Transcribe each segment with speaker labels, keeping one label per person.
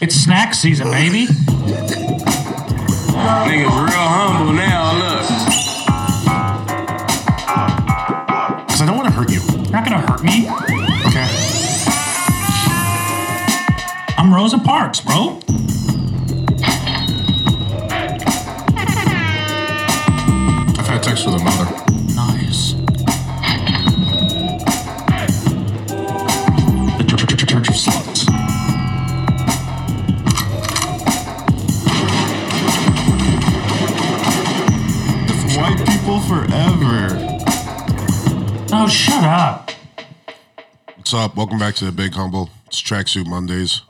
Speaker 1: It's snack season, baby.
Speaker 2: Niggas real humble now, look.
Speaker 3: Because I don't want to hurt you.
Speaker 1: Not gonna hurt me.
Speaker 3: Okay.
Speaker 1: I'm Rosa Parks, bro.
Speaker 3: I've had sex with a mother.
Speaker 1: Nice.
Speaker 3: The Church, church, church of Sluts.
Speaker 4: White people forever.
Speaker 1: Oh, shut up.
Speaker 3: What's up? Welcome back to the Big Humble. It's Tracksuit Mondays.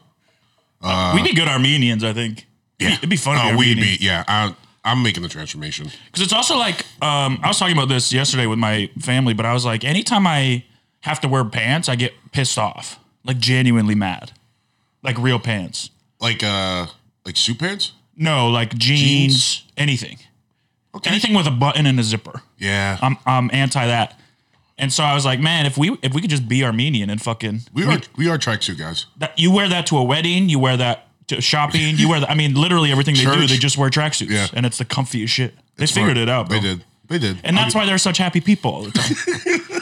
Speaker 5: We'd be good Armenians, I think. Yeah. It'd be fun.
Speaker 3: Oh,
Speaker 5: to
Speaker 3: we
Speaker 5: Armenian.
Speaker 3: be yeah. I, I'm making the transformation.
Speaker 5: Because it's also like um, I was talking about this yesterday with my family, but I was like, anytime I have to wear pants, I get pissed off, like genuinely mad, like real pants.
Speaker 3: Like uh, like suit pants.
Speaker 5: No, like jeans,
Speaker 3: Jeans?
Speaker 5: anything,
Speaker 3: Okay.
Speaker 5: anything with a button and a zipper.
Speaker 3: Yeah.
Speaker 5: I'm I'm anti that. And so I was like, man, if we if we could just be Armenian and fucking
Speaker 3: we are we are tracksuit guys.
Speaker 5: that, you wear that to a wedding, you wear that to shopping, you wear that. I mean, literally everything they do,
Speaker 3: Church.
Speaker 5: they just wear tracksuits,
Speaker 3: Yeah.
Speaker 5: and it's the comfiest shit. They figured it out. Bro.
Speaker 3: They did. They did.
Speaker 5: And that's why they're such happy people all the time.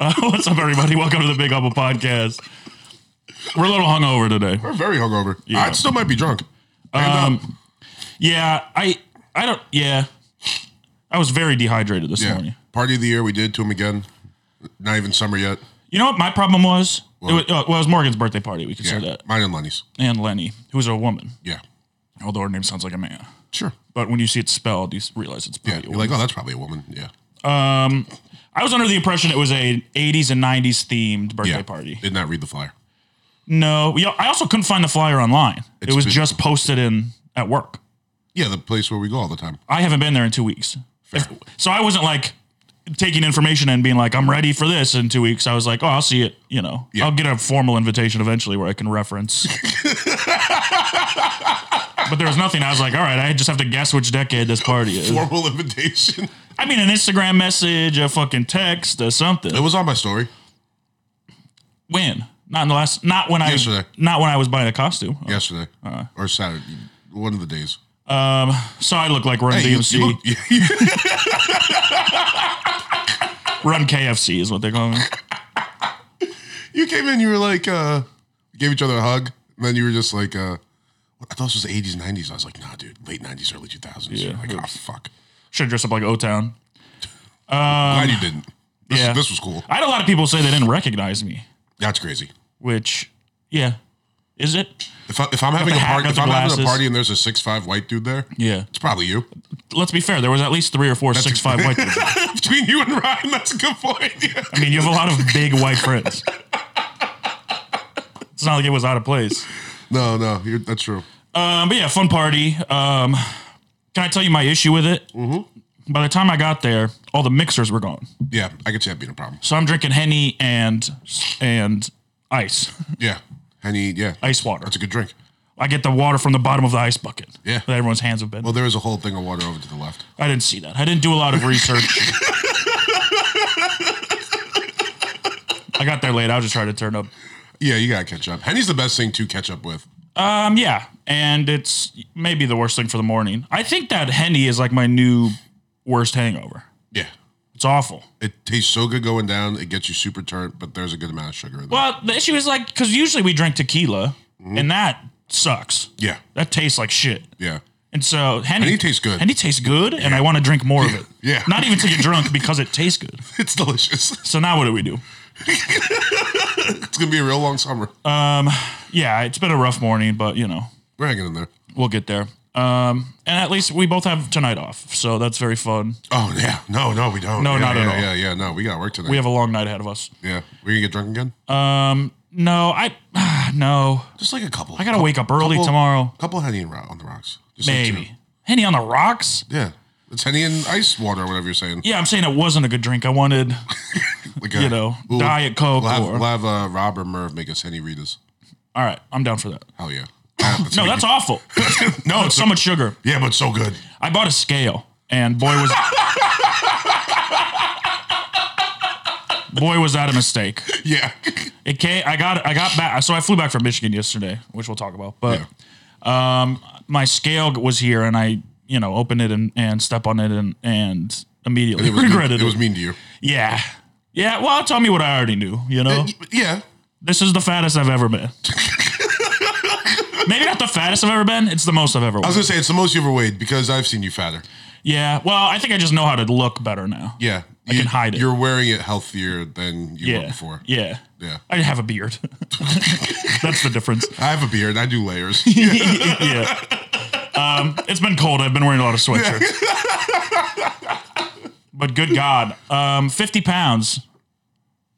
Speaker 5: Uh, what's up, everybody? Welcome to the Big Apple Podcast. We're a little hungover today.
Speaker 3: we're very hungover. I still might be drunk.
Speaker 5: Um, yeah, I, I don't. Yeah, I was very dehydrated this
Speaker 3: Yeah.
Speaker 5: morning.
Speaker 3: Party of the year. We did to him again. Not even summer yet.
Speaker 5: You know what my problem was? It
Speaker 3: What?
Speaker 5: was, uh, well, it was Morgan's birthday party. We could
Speaker 3: Yeah.
Speaker 5: say that.
Speaker 3: Mine and Lenny's.
Speaker 5: And Lenny, who's a woman,
Speaker 3: Yeah.
Speaker 5: although her name sounds like a man.
Speaker 3: Sure.
Speaker 5: But when you see it spelled, you s- realize it's
Speaker 3: Yeah.
Speaker 5: probably a
Speaker 3: You're
Speaker 5: woman.
Speaker 3: like, oh, that's probably a woman. Yeah.
Speaker 5: I was under the impression it was a 80s and 90s themed birthday
Speaker 3: Yeah.
Speaker 5: party.
Speaker 3: Did not read the flyer.
Speaker 5: No, we, I also couldn't find the flyer online.
Speaker 3: It's
Speaker 5: it was
Speaker 3: been-
Speaker 5: just posted in at work.
Speaker 3: Yeah, the place where we go all the time.
Speaker 5: I haven't been there in two weeks, If- so I wasn't like taking information and being like, "I'm ready for this." In two weeks, I was like, "Oh, I'll see it." You know,
Speaker 3: Yeah.
Speaker 5: I'll get a formal invitation eventually where I can reference. but there was nothing. I was like, "All right, I just have to guess which decade this party is."
Speaker 3: Formal invitation.
Speaker 5: I mean, an Instagram message, a fucking text, or something.
Speaker 3: It was on my story.
Speaker 5: when? Not in the last. Not when I.
Speaker 3: Yesterday.
Speaker 5: Not when I was buying a costume.
Speaker 3: yesterday or Saturday, one of the days.
Speaker 5: So I look like Run
Speaker 3: Hey, you-
Speaker 5: DMC.
Speaker 3: you look-
Speaker 5: Run KFC is what they call me.
Speaker 3: you came in, you were like, uh, gave each other a hug, and then you were just like, uh, I thought this was the 80s, 90s. I was like, nah, dude, late 90s, early 2000s.
Speaker 5: Yeah.
Speaker 3: You're like, oh, fuck.
Speaker 5: Should dress up like O Town.
Speaker 3: Glad you didn't. This,
Speaker 5: Um, yeah.
Speaker 3: this was cool.
Speaker 5: I had a lot of people say they didn't recognize me,
Speaker 3: That's crazy.
Speaker 5: which, yeah, is it?
Speaker 3: If, I, if I'm having a
Speaker 5: the hat,
Speaker 3: party,
Speaker 5: got
Speaker 3: if
Speaker 5: the
Speaker 3: I'm having a
Speaker 5: glasses.
Speaker 3: party and there's a six five white dude there,
Speaker 5: Yeah.
Speaker 3: it's probably you.
Speaker 5: Let's be fair. There was at least three or four six five white people.
Speaker 3: Between you and Ryan, that's a good point. Yeah.
Speaker 5: I mean, you have a lot of big white friends. It's not like it was out of place.
Speaker 3: No, no, you're, that's true.
Speaker 5: Um, but yeah, fun party. Um, can I tell you my issue with it? Mm-hmm. By the time I got there, all the mixers were gone,
Speaker 3: Yeah, I could see that being a problem.
Speaker 5: so I'm drinking henny and and ice,
Speaker 3: Yeah. Henny, yeah.
Speaker 5: ice water.
Speaker 3: That's a good drink.
Speaker 5: I get the water from the bottom of the ice bucket.
Speaker 3: Yeah.
Speaker 5: that everyone's hands have been.
Speaker 3: Well, there is a whole thing of water over to the left.
Speaker 5: I didn't see that. I didn't do a lot of research. I got there late. I was just trying to turn up.
Speaker 3: Yeah, you gotta catch up. Henny's the best thing to catch up with.
Speaker 5: Um, yeah, and it's maybe the worst thing for the morning. I think that henny is like my new worst hangover.
Speaker 3: Yeah.
Speaker 5: It's awful.
Speaker 3: It tastes so good going down. It gets you super turned, but there's a good amount of sugar in there.
Speaker 5: Well, the issue is like because usually we drink tequila, and that sucks.
Speaker 3: Mm-hmm. yeah.
Speaker 5: That tastes like shit.
Speaker 3: Yeah.
Speaker 5: And so henny,
Speaker 3: Henny tastes good.
Speaker 5: Henny tastes good, and I want to drink more of it.
Speaker 3: Yeah.
Speaker 5: Not even till you're drunk because it tastes good.
Speaker 3: It's delicious.
Speaker 5: So now what do we do?
Speaker 3: It's gonna be a real long summer.
Speaker 5: Uh, Yeah, it's been a rough morning, but you know
Speaker 3: We're hanging in there.
Speaker 5: we'll get there. Um, and at least we both have tonight off, so that's very fun.
Speaker 3: Oh yeah. No, no, we don't.
Speaker 5: No,
Speaker 3: yeah,
Speaker 5: not at
Speaker 3: yeah,
Speaker 5: all.
Speaker 3: Yeah, yeah, no. We got work tonight.
Speaker 5: We have Uh, a long night ahead of us.
Speaker 3: yeah. We gonna get drunk again?
Speaker 5: No, I no,
Speaker 3: Just like a couple.
Speaker 5: I gotta wake up early
Speaker 3: couple,
Speaker 5: tomorrow.
Speaker 3: Couple henny and ro- on the rocks. Just like
Speaker 5: Maybe
Speaker 3: two.
Speaker 5: henny on the rocks.
Speaker 3: yeah. It's henny and ice water, or whatever you're saying.
Speaker 5: Yeah, I'm saying it wasn't a good drink. I wanted
Speaker 3: Like a,
Speaker 5: you know, Diet Coke
Speaker 3: We'll have,
Speaker 5: or-
Speaker 3: we'll have uh, Rob or Merv make us henny readers.
Speaker 5: all right. I'm down for that.
Speaker 3: Hell yeah. Ah, that's
Speaker 5: No,
Speaker 3: how you
Speaker 5: that's awful. Oh,
Speaker 3: get- no.
Speaker 5: It's so much sugar.
Speaker 3: Yeah, but so good.
Speaker 5: I bought a scale, and boy was Boy, was that a mistake.
Speaker 3: Yeah.
Speaker 5: Uh, It came, I got I got back. So I flew back from Michigan yesterday, which we'll talk about. But um, my scale was here, and I you know opened it and, and stepped on it and and immediately
Speaker 3: It was,
Speaker 5: regretted
Speaker 3: mean,
Speaker 5: it.
Speaker 3: it was mean to you.
Speaker 5: yeah, yeah. Well, tell me what I already knew. You know,
Speaker 3: Yeah.
Speaker 5: this is the fattest I've ever been. Maybe not the fattest I've ever been. It's the most I've ever.
Speaker 3: I was
Speaker 5: Weighed.
Speaker 3: gonna say it's the most you ever weighed because I've seen you fatter.
Speaker 5: Yeah. Well, I think I just know how to look better now.
Speaker 3: Yeah.
Speaker 5: I can hide it.
Speaker 3: You're wearing it healthier than you were
Speaker 5: Yeah.
Speaker 3: before.
Speaker 5: Yeah.
Speaker 3: Yeah.
Speaker 5: I have a beard. That's the difference.
Speaker 3: I have a beard. I do layers.
Speaker 5: yeah. Um, it's been cold. I've been wearing a lot of sweatshirts. but good God, um, 50 pounds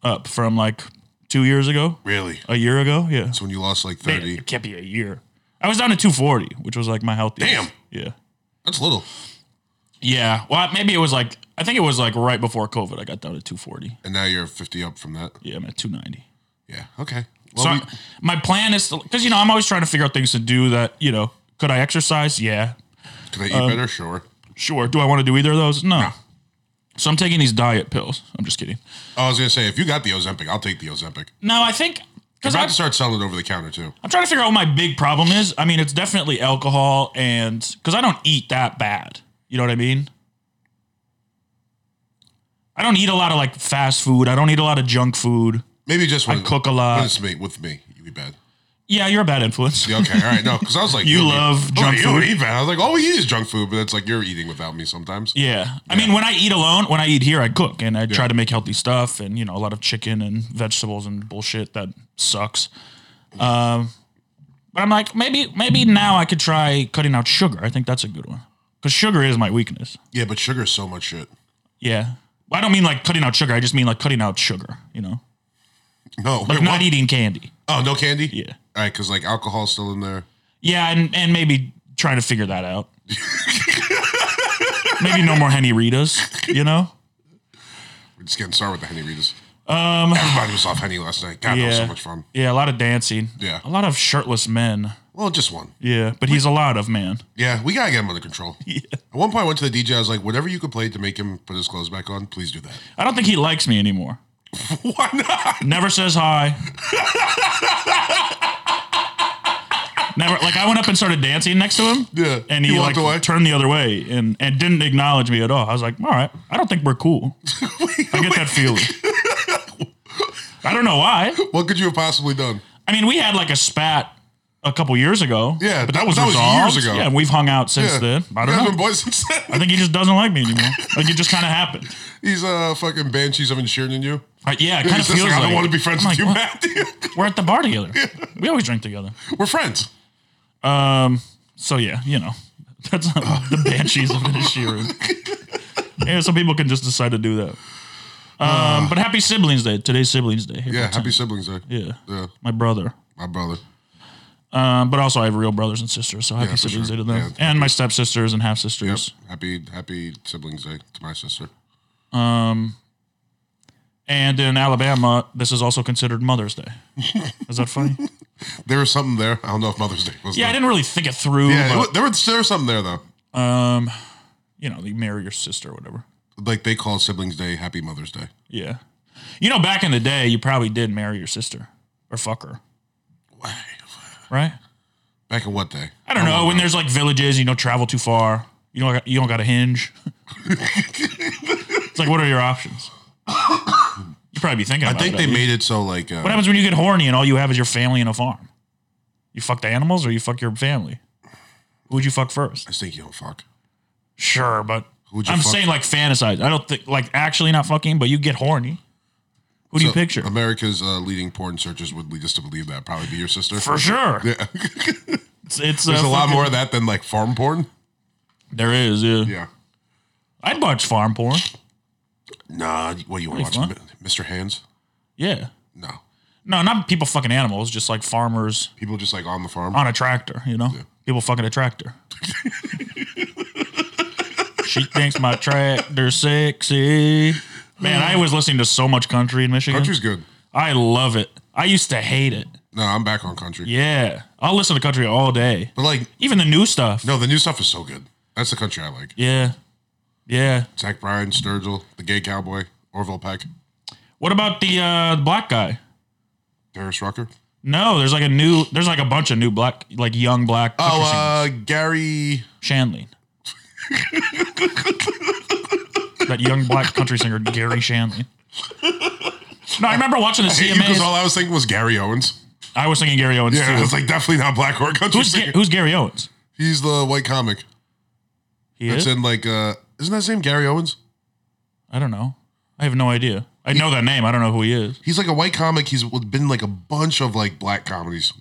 Speaker 5: up from like two years ago,
Speaker 3: really?
Speaker 5: a year ago. Yeah.
Speaker 3: That's when you lost like
Speaker 5: Man,
Speaker 3: 30.
Speaker 5: it can't be a year. I was down to 240, which was like my healthiest.
Speaker 3: Damn.
Speaker 5: Yeah.
Speaker 3: That's little.
Speaker 5: Yeah. Well, maybe it was like, I think it was like right before COVID, I got down to 240.
Speaker 3: And now you're 50 up from that.
Speaker 5: Yeah, I'm at 290.
Speaker 3: Yeah. Okay. Well,
Speaker 5: So
Speaker 3: we-
Speaker 5: I- my plan is because you know I'm always trying to figure out things to do that you know could I exercise? Yeah,
Speaker 3: could I eat
Speaker 5: um,
Speaker 3: better? Sure.
Speaker 5: sure. Do I want to do either of those? No. So I'm taking these diet pills. I'm just kidding.
Speaker 3: I was gonna say if you got the Ozempic, I'll take the Ozempic.
Speaker 5: No, I think because
Speaker 3: I
Speaker 5: I'm,
Speaker 3: have to start selling it over the counter too.
Speaker 5: I'm trying to figure out what my big problem is. I mean, it's definitely alcohol and because I don't eat that bad. You know what I mean? I don't eat a lot of like fast food. I don't eat a lot of junk food.
Speaker 3: Maybe just when
Speaker 5: cook a lot.
Speaker 3: when it's me with me, you eat bad.
Speaker 5: Yeah, you're a bad influence.
Speaker 3: Yeah, okay, all right, no, because I was like,
Speaker 5: You
Speaker 3: don't eat-
Speaker 5: love
Speaker 3: I'm
Speaker 5: junk
Speaker 3: like, You don't
Speaker 5: food.
Speaker 3: eat bad. I was like, all we eat is junk food, but it's like you're eating without me sometimes.
Speaker 5: Yeah. I mean, when I eat alone, when I eat here, I cook and I try to make healthy stuff and, you know, a lot of chicken and vegetables and bullshit that sucks. Um, but I'm like, maybe, maybe now I could try cutting out sugar. I think that's a good one because sugar is my weakness.
Speaker 3: Yeah, but sugar is so much shit.
Speaker 5: Yeah. Well, I don't mean like cutting out sugar. I just mean like cutting out sugar, you know,
Speaker 3: No,
Speaker 5: like
Speaker 3: wait,
Speaker 5: not
Speaker 3: what?
Speaker 5: eating candy.
Speaker 3: Oh, no candy.
Speaker 5: Yeah.
Speaker 3: All right, because like alcohol's still in there.
Speaker 5: Yeah. And, and maybe trying to figure that out. maybe no more Henny Ritas, you know?
Speaker 3: We're just getting started with the Henny Ritas. Um, everybody was off Henny last night. God, that was so much fun.
Speaker 5: Yeah. A lot of dancing.
Speaker 3: Yeah.
Speaker 5: A lot of shirtless men.
Speaker 3: Well, just one.
Speaker 5: Yeah, but he's a lot of man.
Speaker 3: Yeah, we gotta get him under control. At one point, I went to the DJ. I was like, whatever you could play to make him put his clothes back on, please do that.
Speaker 5: I don't think he likes me anymore.
Speaker 3: Why not?
Speaker 5: Never says hi. Never like I went up and started dancing next to him.
Speaker 3: Yeah,
Speaker 5: And he,
Speaker 3: he walked
Speaker 5: like
Speaker 3: away?
Speaker 5: turned the other way and, and didn't acknowledge me at all. I was like, all right, I don't think we're cool. I get that feeling. I don't know why.
Speaker 3: What could you have possibly done?
Speaker 5: I mean, we had like a spat a couple years ago.
Speaker 3: Yeah,
Speaker 5: but that was
Speaker 3: that was
Speaker 5: resolved.
Speaker 3: years ago.
Speaker 5: Yeah, and we've hung out since
Speaker 3: Yeah.
Speaker 5: then. I
Speaker 3: You guys
Speaker 5: don't know.
Speaker 3: been boys since then?
Speaker 5: I think he just doesn't like me anymore. Like it just kind of happened.
Speaker 3: He's uh fucking banshees of insuring in you.
Speaker 5: Uh, yeah, it kind of
Speaker 3: He's just
Speaker 5: feels
Speaker 3: like,
Speaker 5: like
Speaker 3: I don't want to be friends
Speaker 5: I'm
Speaker 3: with you,
Speaker 5: like,
Speaker 3: Matt.
Speaker 5: We're at the bar together. We always drink together.
Speaker 3: We're friends.
Speaker 5: Um, So yeah, you know, that's not the banshees of Inishiru. yeah, some people can just decide to do that. Um, but happy siblings day. Today's siblings day.
Speaker 3: Uh.
Speaker 5: April
Speaker 3: Yeah, happy
Speaker 5: 10th.
Speaker 3: siblings day.
Speaker 5: Yeah.
Speaker 3: Yeah,
Speaker 5: My brother.
Speaker 3: my brother.
Speaker 5: Um, but also I have real brothers and sisters, so happy
Speaker 3: for
Speaker 5: siblings
Speaker 3: sure.
Speaker 5: day to them.
Speaker 3: Yeah.
Speaker 5: and my stepsisters and half
Speaker 3: Yep.
Speaker 5: sisters.
Speaker 3: Happy happy siblings day to my sister.
Speaker 5: And in Alabama, this is also considered Mother's Day. Is that funny?
Speaker 3: There was something there. I don't know if Mother's Day was.
Speaker 5: yeah, I
Speaker 3: there.
Speaker 5: didn't really think it through.
Speaker 3: Yeah, it
Speaker 5: but,
Speaker 3: wa- there was there was something there though.
Speaker 5: you know, you marry your sister or whatever.
Speaker 3: Like they call siblings day Happy Mother's Day.
Speaker 5: Yeah. You know, back in the day, you probably did marry your sister or fuck her, right?
Speaker 3: Back in what day?
Speaker 5: I don't know. When there's like villages, you don't travel too far. You don't. You don't got a hinge. it's like, what are your options? You probably be thinking.
Speaker 3: I
Speaker 5: about
Speaker 3: think
Speaker 5: it,
Speaker 3: they
Speaker 5: at least.
Speaker 3: made it so like uh,
Speaker 5: What happens when you get horny and all you have is your family and a farm? You fuck the animals or you fuck your family? Who would you fuck first?
Speaker 3: I just think you don't fuck.
Speaker 5: Sure, but
Speaker 3: would you
Speaker 5: I'm
Speaker 3: fuck?
Speaker 5: saying like fantasize. I don't think like actually not fucking, but you get horny. Who do you
Speaker 3: So,
Speaker 5: picture?
Speaker 3: America's uh, leading porn searches would lead us to believe that probably be your sister.
Speaker 5: For sure.
Speaker 3: Yeah.
Speaker 5: It's, it's uh,
Speaker 3: There's a lot
Speaker 5: fucking-
Speaker 3: more of that than like farm porn.
Speaker 5: There is, yeah.
Speaker 3: Yeah.
Speaker 5: I'd watch farm porn.
Speaker 3: Nah. What do you want
Speaker 5: Pretty
Speaker 3: to watch? Mr. Hands?
Speaker 5: Yeah.
Speaker 3: No.
Speaker 5: No, not people fucking animals, just like farmers
Speaker 3: People just like on the farm.
Speaker 5: on a tractor, you know? People fucking a tractor. she thinks my tractor sexy. Man, I was listening to so much country in Michigan.
Speaker 3: Country's good.
Speaker 5: I love it. I used to hate it.
Speaker 3: No, I'm back on country.
Speaker 5: Yeah. I'll listen to country all day.
Speaker 3: But like,
Speaker 5: Even the new stuff.
Speaker 3: no, the new stuff is so good. That's the country I like.
Speaker 5: Yeah. Yeah.
Speaker 3: Zach Bryan, Sturgill, the gay cowboy, Orville Peck.
Speaker 5: What about the uh, black guy?
Speaker 3: Darius Rucker.
Speaker 5: No, there's like a new, there's like a bunch of new black, like young black.
Speaker 3: Oh,
Speaker 5: country singers.
Speaker 3: uh, Gary.
Speaker 5: Shanley. that young black country singer Gary Shanley. No, I remember watching the
Speaker 3: Because
Speaker 5: CMAs.
Speaker 3: all I was thinking was Gary Owens.
Speaker 5: I was thinking Gary Owens
Speaker 3: Yeah,
Speaker 5: too.
Speaker 3: it's like definitely not Black Horror Country.
Speaker 5: who's, Ga-
Speaker 3: singer.
Speaker 5: who's Gary Owens?
Speaker 3: He's the white comic.
Speaker 5: He
Speaker 3: That's
Speaker 5: is.
Speaker 3: in like, uh, isn't that his name Gary Owens?
Speaker 5: I don't know. I have no idea. I know that name. I don't know who he is.
Speaker 3: He's like a white comic. He's been in, like a bunch of like black comedies.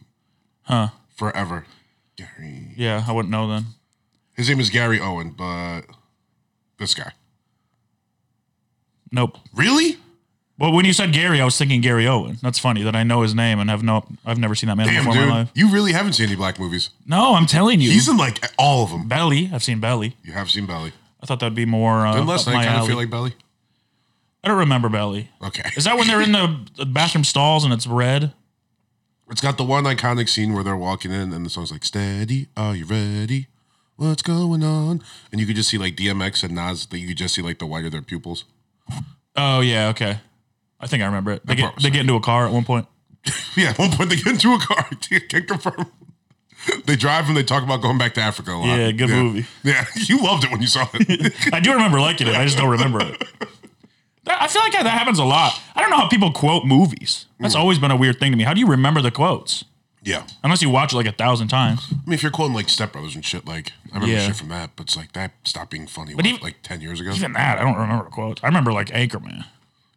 Speaker 5: Huh.
Speaker 3: Forever. Gary.
Speaker 5: Yeah, I wouldn't know then.
Speaker 3: His name is Gary Owen, but this guy.
Speaker 5: Nope.
Speaker 3: Really?
Speaker 5: Well, when you said Gary, I was thinking Gary Owen. That's funny that I know his name and have no. I've never seen that man
Speaker 3: Damn,
Speaker 5: before in my
Speaker 3: dude.
Speaker 5: life.
Speaker 3: You really haven't seen any black movies.
Speaker 5: No, I'm telling you.
Speaker 3: He's in like all of them.
Speaker 5: Belly. I've seen Belly.
Speaker 3: You have seen Belly.
Speaker 5: I thought that'd be more. Uh,
Speaker 3: Unless
Speaker 5: up
Speaker 3: I
Speaker 5: my
Speaker 3: kind of
Speaker 5: alley.
Speaker 3: feel like Belly.
Speaker 5: I don't remember Belly.
Speaker 3: Okay.
Speaker 5: Is that when they're in the the bathroom stalls and it's red?
Speaker 3: It's got the one iconic scene where they're walking in and the song's like, Steady, are you ready? What's going on? And you could just see like DMX and Nas, that you could just see like the white of their pupils.
Speaker 5: Oh yeah, okay. I think I remember it. They get
Speaker 3: part was
Speaker 5: they get into a car at one point.
Speaker 3: Yeah, at one point they get into a car, can't confirm. They drive and they talk about going back to Africa a lot.
Speaker 5: Yeah, good movie.
Speaker 3: Yeah, you loved it when you saw it.
Speaker 5: I do remember liking it. I just don't remember it. That- I feel like that happens a lot. I don't know how people quote movies.
Speaker 3: Mm.
Speaker 5: That's always been a weird thing to me. How do you remember the quotes?
Speaker 3: yeah.
Speaker 5: Unless you watch it like a thousand times.
Speaker 3: I mean, if you're quoting like Step Brothers and shit, like I remember
Speaker 5: Yeah.
Speaker 3: shit from that, but it's like that stopped being funny what,
Speaker 5: even-
Speaker 3: like ten years ago.
Speaker 5: Even that, I don't remember the quotes. I remember like Anchorman,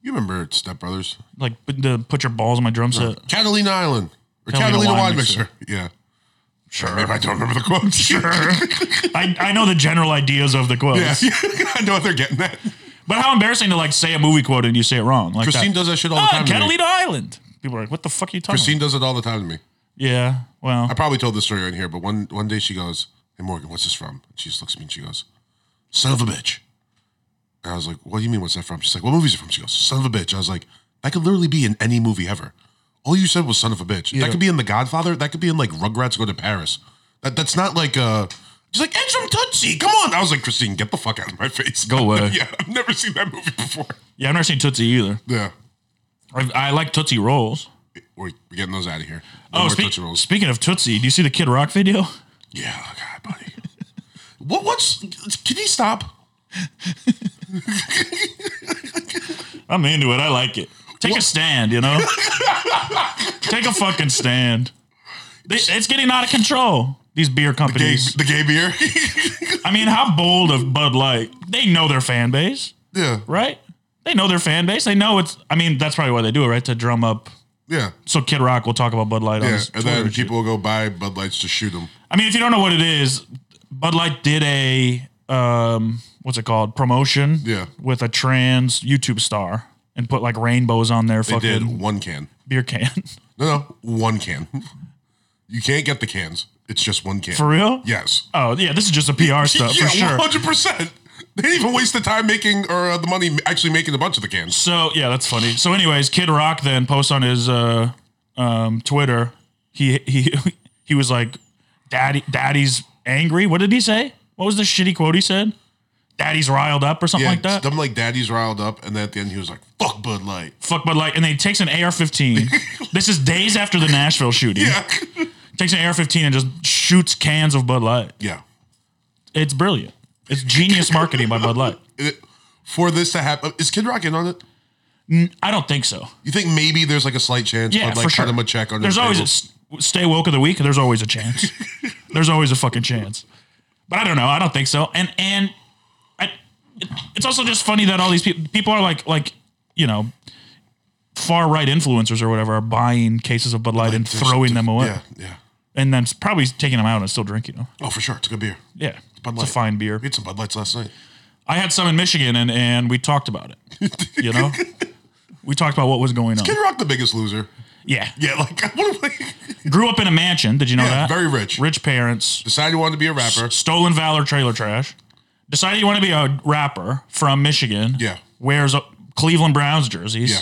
Speaker 3: you remember Step Brothers,
Speaker 5: like put- the put your balls in my drum set.
Speaker 3: Catalina Island or
Speaker 5: Catalina
Speaker 3: Catalina
Speaker 5: Wine
Speaker 3: Wine Mixer. Yeah,
Speaker 5: Sure.
Speaker 3: maybe I don't remember the quotes. Sure,
Speaker 5: I, I know the general ideas of the quotes,
Speaker 3: yeah, I know what they're getting at.
Speaker 5: but how embarrassing to like say a movie quote and you say it wrong. Like
Speaker 3: Christine
Speaker 5: that.
Speaker 3: does that shit all the
Speaker 5: Ah,
Speaker 3: time. to me.
Speaker 5: Catalina Island. People are like, what the fuck are you talking
Speaker 3: Christine does it all the time to me.
Speaker 5: about? Yeah. Well,
Speaker 3: I probably told this story on here, but one one day she goes, "Hey Morgan, what's this from?" And she just looks at me and she goes, "Son of a bitch." And I was like, "What do you mean? What's that from?" She's like, "What movies are from?" She goes, "Son of a bitch." I was like, "That could literally be in any movie ever. All you said was son of a bitch. That could be in The Godfather. That could be in like Rugrats Go to Paris. That that's not like uh." She's like, "And some Tootsie, come on!" I was like, "Christine, get the fuck out of my face. Go
Speaker 5: away.
Speaker 3: yeah, I've never seen that movie before.
Speaker 5: yeah, I've never seen Tootsie either.
Speaker 3: Yeah,
Speaker 5: I, I like Tootsie Rolls.
Speaker 3: we're we're getting those out of here. No
Speaker 5: Oh,
Speaker 3: more
Speaker 5: spe-
Speaker 3: Tootsie Rolls.
Speaker 5: speaking of Tootsie, do you see the Kid Rock video?
Speaker 3: Yeah, God, buddy. what? What's? Can he stop?
Speaker 5: I'm into it. I like it. Take a stand, you know? Take a fucking stand. They, it's getting out of control. These beer
Speaker 3: Gay,
Speaker 5: companies.
Speaker 3: the gay beer.
Speaker 5: I mean, how bold of Bud Light? They know their fan base,
Speaker 3: yeah,
Speaker 5: right? They know their fan base. They know it's. I mean, that's probably why they do it, right? To drum up.
Speaker 3: yeah,
Speaker 5: So Kid Rock will talk about Bud Light on
Speaker 3: yeah.
Speaker 5: his
Speaker 3: And
Speaker 5: Twitter
Speaker 3: then
Speaker 5: and shit.
Speaker 3: people will go buy Bud Lights to shoot them.
Speaker 5: I mean, if you don't know what it is, Bud Light did a um, what's it called promotion?
Speaker 3: Yeah.
Speaker 5: with a trans YouTube star and put like rainbows on their
Speaker 3: They
Speaker 5: fucking
Speaker 3: did one can.
Speaker 5: beer can.
Speaker 3: No, no, one can. You can't get the cans. It's just one can.
Speaker 5: for real?
Speaker 3: Yes.
Speaker 5: Oh yeah, this is just a PR stuff
Speaker 3: yeah,
Speaker 5: for sure.
Speaker 3: hundred percent. They didn't even waste the time making or uh, the money actually making a bunch of the cans.
Speaker 5: So yeah, that's funny. So anyways, Kid Rock then posts on his uh, um, Twitter. He he he was like, "Daddy, Daddy's angry." What did he say? What was the shitty quote he said? Daddy's riled up or something
Speaker 3: Yeah,
Speaker 5: like that.
Speaker 3: them like daddy's riled up, and then at the end he was like, "Fuck Bud Light."
Speaker 5: fuck Bud Light, and then he takes an AR-15. this is days after the Nashville shooting.
Speaker 3: Yeah,
Speaker 5: Takes an AR-15 and just shoots cans of Bud Light.
Speaker 3: yeah.
Speaker 5: It's brilliant. It's genius marketing by Bud Light.
Speaker 3: It- for this to happen, is Kid Rock in on it?
Speaker 5: I don't think so.
Speaker 3: You think maybe there's like a slight chance?
Speaker 5: Yeah,
Speaker 3: Bud Light
Speaker 5: for sure.
Speaker 3: Cut him a check under
Speaker 5: There's
Speaker 3: the
Speaker 5: always a
Speaker 3: table?
Speaker 5: s- stay woke of the week. There's always a chance. there's always a fucking chance. But I don't know. I don't think so. And and I, it, it's also just funny that all these people people are like like you know far right influencers or whatever are buying cases of Bud Light and
Speaker 3: There's-
Speaker 5: throwing them away,
Speaker 3: Yeah, yeah.
Speaker 5: and then probably taking them out and still drinking them.
Speaker 3: Oh, for sure. It's a good beer.
Speaker 5: Yeah,
Speaker 3: Bud
Speaker 5: it's a
Speaker 3: Light.
Speaker 5: fine beer.
Speaker 3: We had some Bud Lights last night.
Speaker 5: I had some in Michigan, and and we talked about it. You know, we talked about what was going on.
Speaker 3: Kid Rock, the biggest loser.
Speaker 5: Yeah,
Speaker 3: Yeah, like, what am I-
Speaker 5: grew up in a mansion. Did you know
Speaker 3: Yeah,
Speaker 5: that?
Speaker 3: very rich.
Speaker 5: Rich parents,
Speaker 3: Decided you wanted to be a rapper.
Speaker 5: stolen valor, trailer trash. Decided you want to be a rapper from Michigan.
Speaker 3: Yeah.
Speaker 5: wears a Cleveland Browns jerseys.
Speaker 3: Yeah.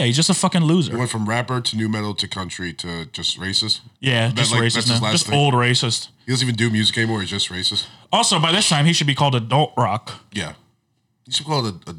Speaker 5: Yeah, he's just a fucking loser.
Speaker 3: Went from rapper to new metal to country to just racist.
Speaker 5: yeah,
Speaker 3: That,
Speaker 5: just
Speaker 3: like, that's
Speaker 5: racist
Speaker 3: his
Speaker 5: now.
Speaker 3: last
Speaker 5: Just
Speaker 3: thing.
Speaker 5: old racist.
Speaker 3: He doesn't even do music anymore. He's just racist.
Speaker 5: Also, by this time, he should be called adult rock.
Speaker 3: Yeah. You should call it a,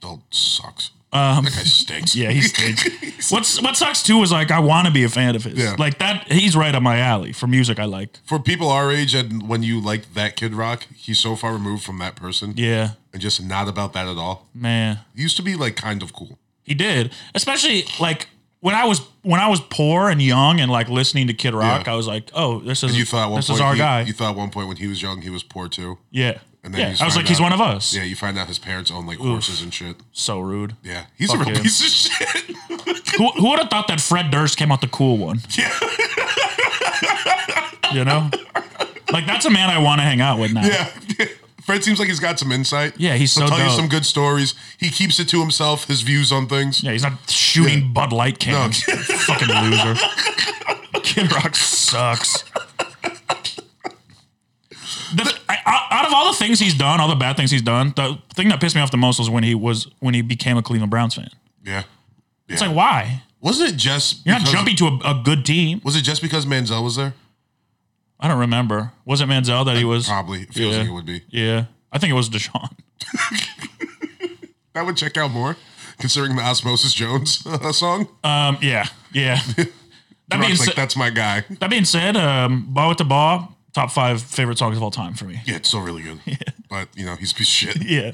Speaker 3: adult sucks. that guy stinks.
Speaker 5: Um, Yeah, he stinks. What's what sucks too is like I want to be a fan of his.
Speaker 3: Yeah.
Speaker 5: Like that, he's right up my alley for music I like.
Speaker 3: For people our age, and when you like that Kid Rock, he's so far removed from that person,
Speaker 5: Yeah,
Speaker 3: and just not about that at all.
Speaker 5: man,
Speaker 3: He used to be like kind of cool.
Speaker 5: he did. Especially like when I was when I was poor and young and like listening to Kid Rock,
Speaker 3: Yeah.
Speaker 5: I was like, oh, this is
Speaker 3: And you thought at one
Speaker 5: this
Speaker 3: point
Speaker 5: is our
Speaker 3: he-
Speaker 5: guy.
Speaker 3: You thought at one point when he was young, he was poor too.
Speaker 5: yeah,
Speaker 3: And then you
Speaker 5: yeah.
Speaker 3: just
Speaker 5: I was
Speaker 3: find
Speaker 5: like, he's
Speaker 3: out-
Speaker 5: one of us.
Speaker 3: Yeah, you find out his parents own like horses and shit.
Speaker 5: So rude.
Speaker 3: Yeah, he's a
Speaker 5: Fuck
Speaker 3: real
Speaker 5: him.
Speaker 3: piece of shit.
Speaker 5: Who, who would have thought that Fred Durst came out the cool one? you know, like that's a man I want to hang out with now.
Speaker 3: Yeah. Fred seems like he's got some insight.
Speaker 5: Yeah, he's
Speaker 3: He'll
Speaker 5: so
Speaker 3: tell you
Speaker 5: dope.
Speaker 3: some good stories. He keeps it to himself, his views on things.
Speaker 5: Yeah, he's not shooting Bud Light cans. Fucking loser. Kid Rock sucks. The- I- I- out of all the things he's done, all the bad things he's done, the thing that pissed me off the most was when he was when he became a Cleveland Browns fan.
Speaker 3: Yeah.
Speaker 5: It's like why?
Speaker 3: Wasn't it just
Speaker 5: You're not
Speaker 3: because-
Speaker 5: jumping to a, a good team.
Speaker 3: Was it just because Manziel was there?
Speaker 5: I don't remember. Was it Manziel that he was?
Speaker 3: Probably. It feels
Speaker 5: Yeah.
Speaker 3: like it would be.
Speaker 5: Yeah, I think it was Deshaun.
Speaker 3: That would check out more, considering the Osmosis Jones uh, song.
Speaker 5: Um, yeah, yeah. That being,
Speaker 3: Rock's
Speaker 5: sa-
Speaker 3: like, that's my guy.
Speaker 5: that being said, um, ball with the ball, top five favorite songs of all time for me.
Speaker 3: Yeah, it's so really good. But, you know, he's a piece of shit.
Speaker 5: Yeah.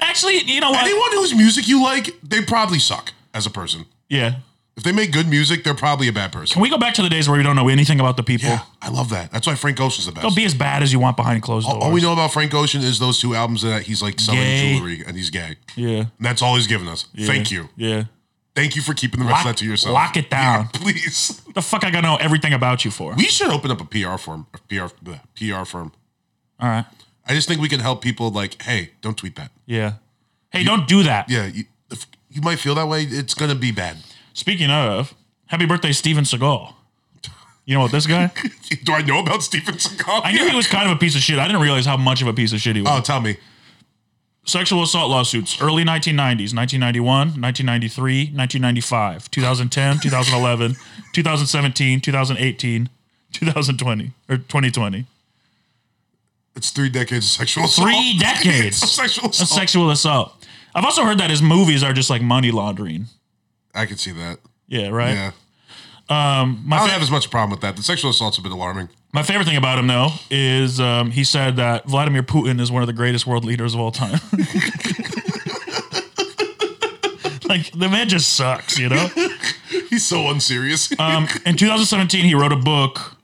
Speaker 5: Actually, you know what?
Speaker 3: Anyone whose music you like, they probably suck as a person.
Speaker 5: yeah.
Speaker 3: If they make good music, they're probably a bad person.
Speaker 5: Can we go back to the days where we don't know anything about the people?
Speaker 3: yeah, I love that. That's why Frank Ocean's the best.
Speaker 5: Don't be as bad as you want behind closed doors.
Speaker 3: All we know about Frank Ocean is those two albums that he's like selling
Speaker 5: Gay.
Speaker 3: jewelry and he's gay.
Speaker 5: Yeah.
Speaker 3: And that's all he's given us. Thank you.
Speaker 5: Yeah.
Speaker 3: Thank you for keeping the rest
Speaker 5: Lock,
Speaker 3: of that to yourself.
Speaker 5: lock it down.
Speaker 3: Please.
Speaker 5: The fuck I gotta know everything about you for?
Speaker 3: We should open up a PR firm. A PR bleh, PR firm.
Speaker 5: All right.
Speaker 3: I just think we can help people like, hey, don't tweet that.
Speaker 5: Yeah. Hey, don't do that.
Speaker 3: Yeah, you, if you might feel that way. It's gonna be bad.
Speaker 5: Speaking of, happy birthday, Steven Seagal. You know what, this guy?
Speaker 3: Do I know about Steven Seagal?
Speaker 5: I knew he was kind of a piece of shit. I didn't realize how much of a piece of shit he was.
Speaker 3: Oh, tell me.
Speaker 5: Sexual assault lawsuits, early 1990s, 1991, 1993, 1995, 2010, 2011, 2017, 2018, 2020, or 2020.
Speaker 3: It's three decades of sexual assault.
Speaker 5: Three decades.
Speaker 3: of sexual
Speaker 5: a
Speaker 3: assault.
Speaker 5: sexual assault. I've also heard that his movies are just like money laundering.
Speaker 3: I can see that.
Speaker 5: Yeah, right.
Speaker 3: Yeah. I
Speaker 5: My,
Speaker 3: don't
Speaker 5: fa-
Speaker 3: have as much problem with that. The sexual assault's a bit alarming.
Speaker 5: my favorite thing about him though is um, he said that Vladimir Putin is one of the greatest world leaders of all time. like the man just sucks, you know.
Speaker 3: He's so unserious.
Speaker 5: Um, in 2017, he wrote a book,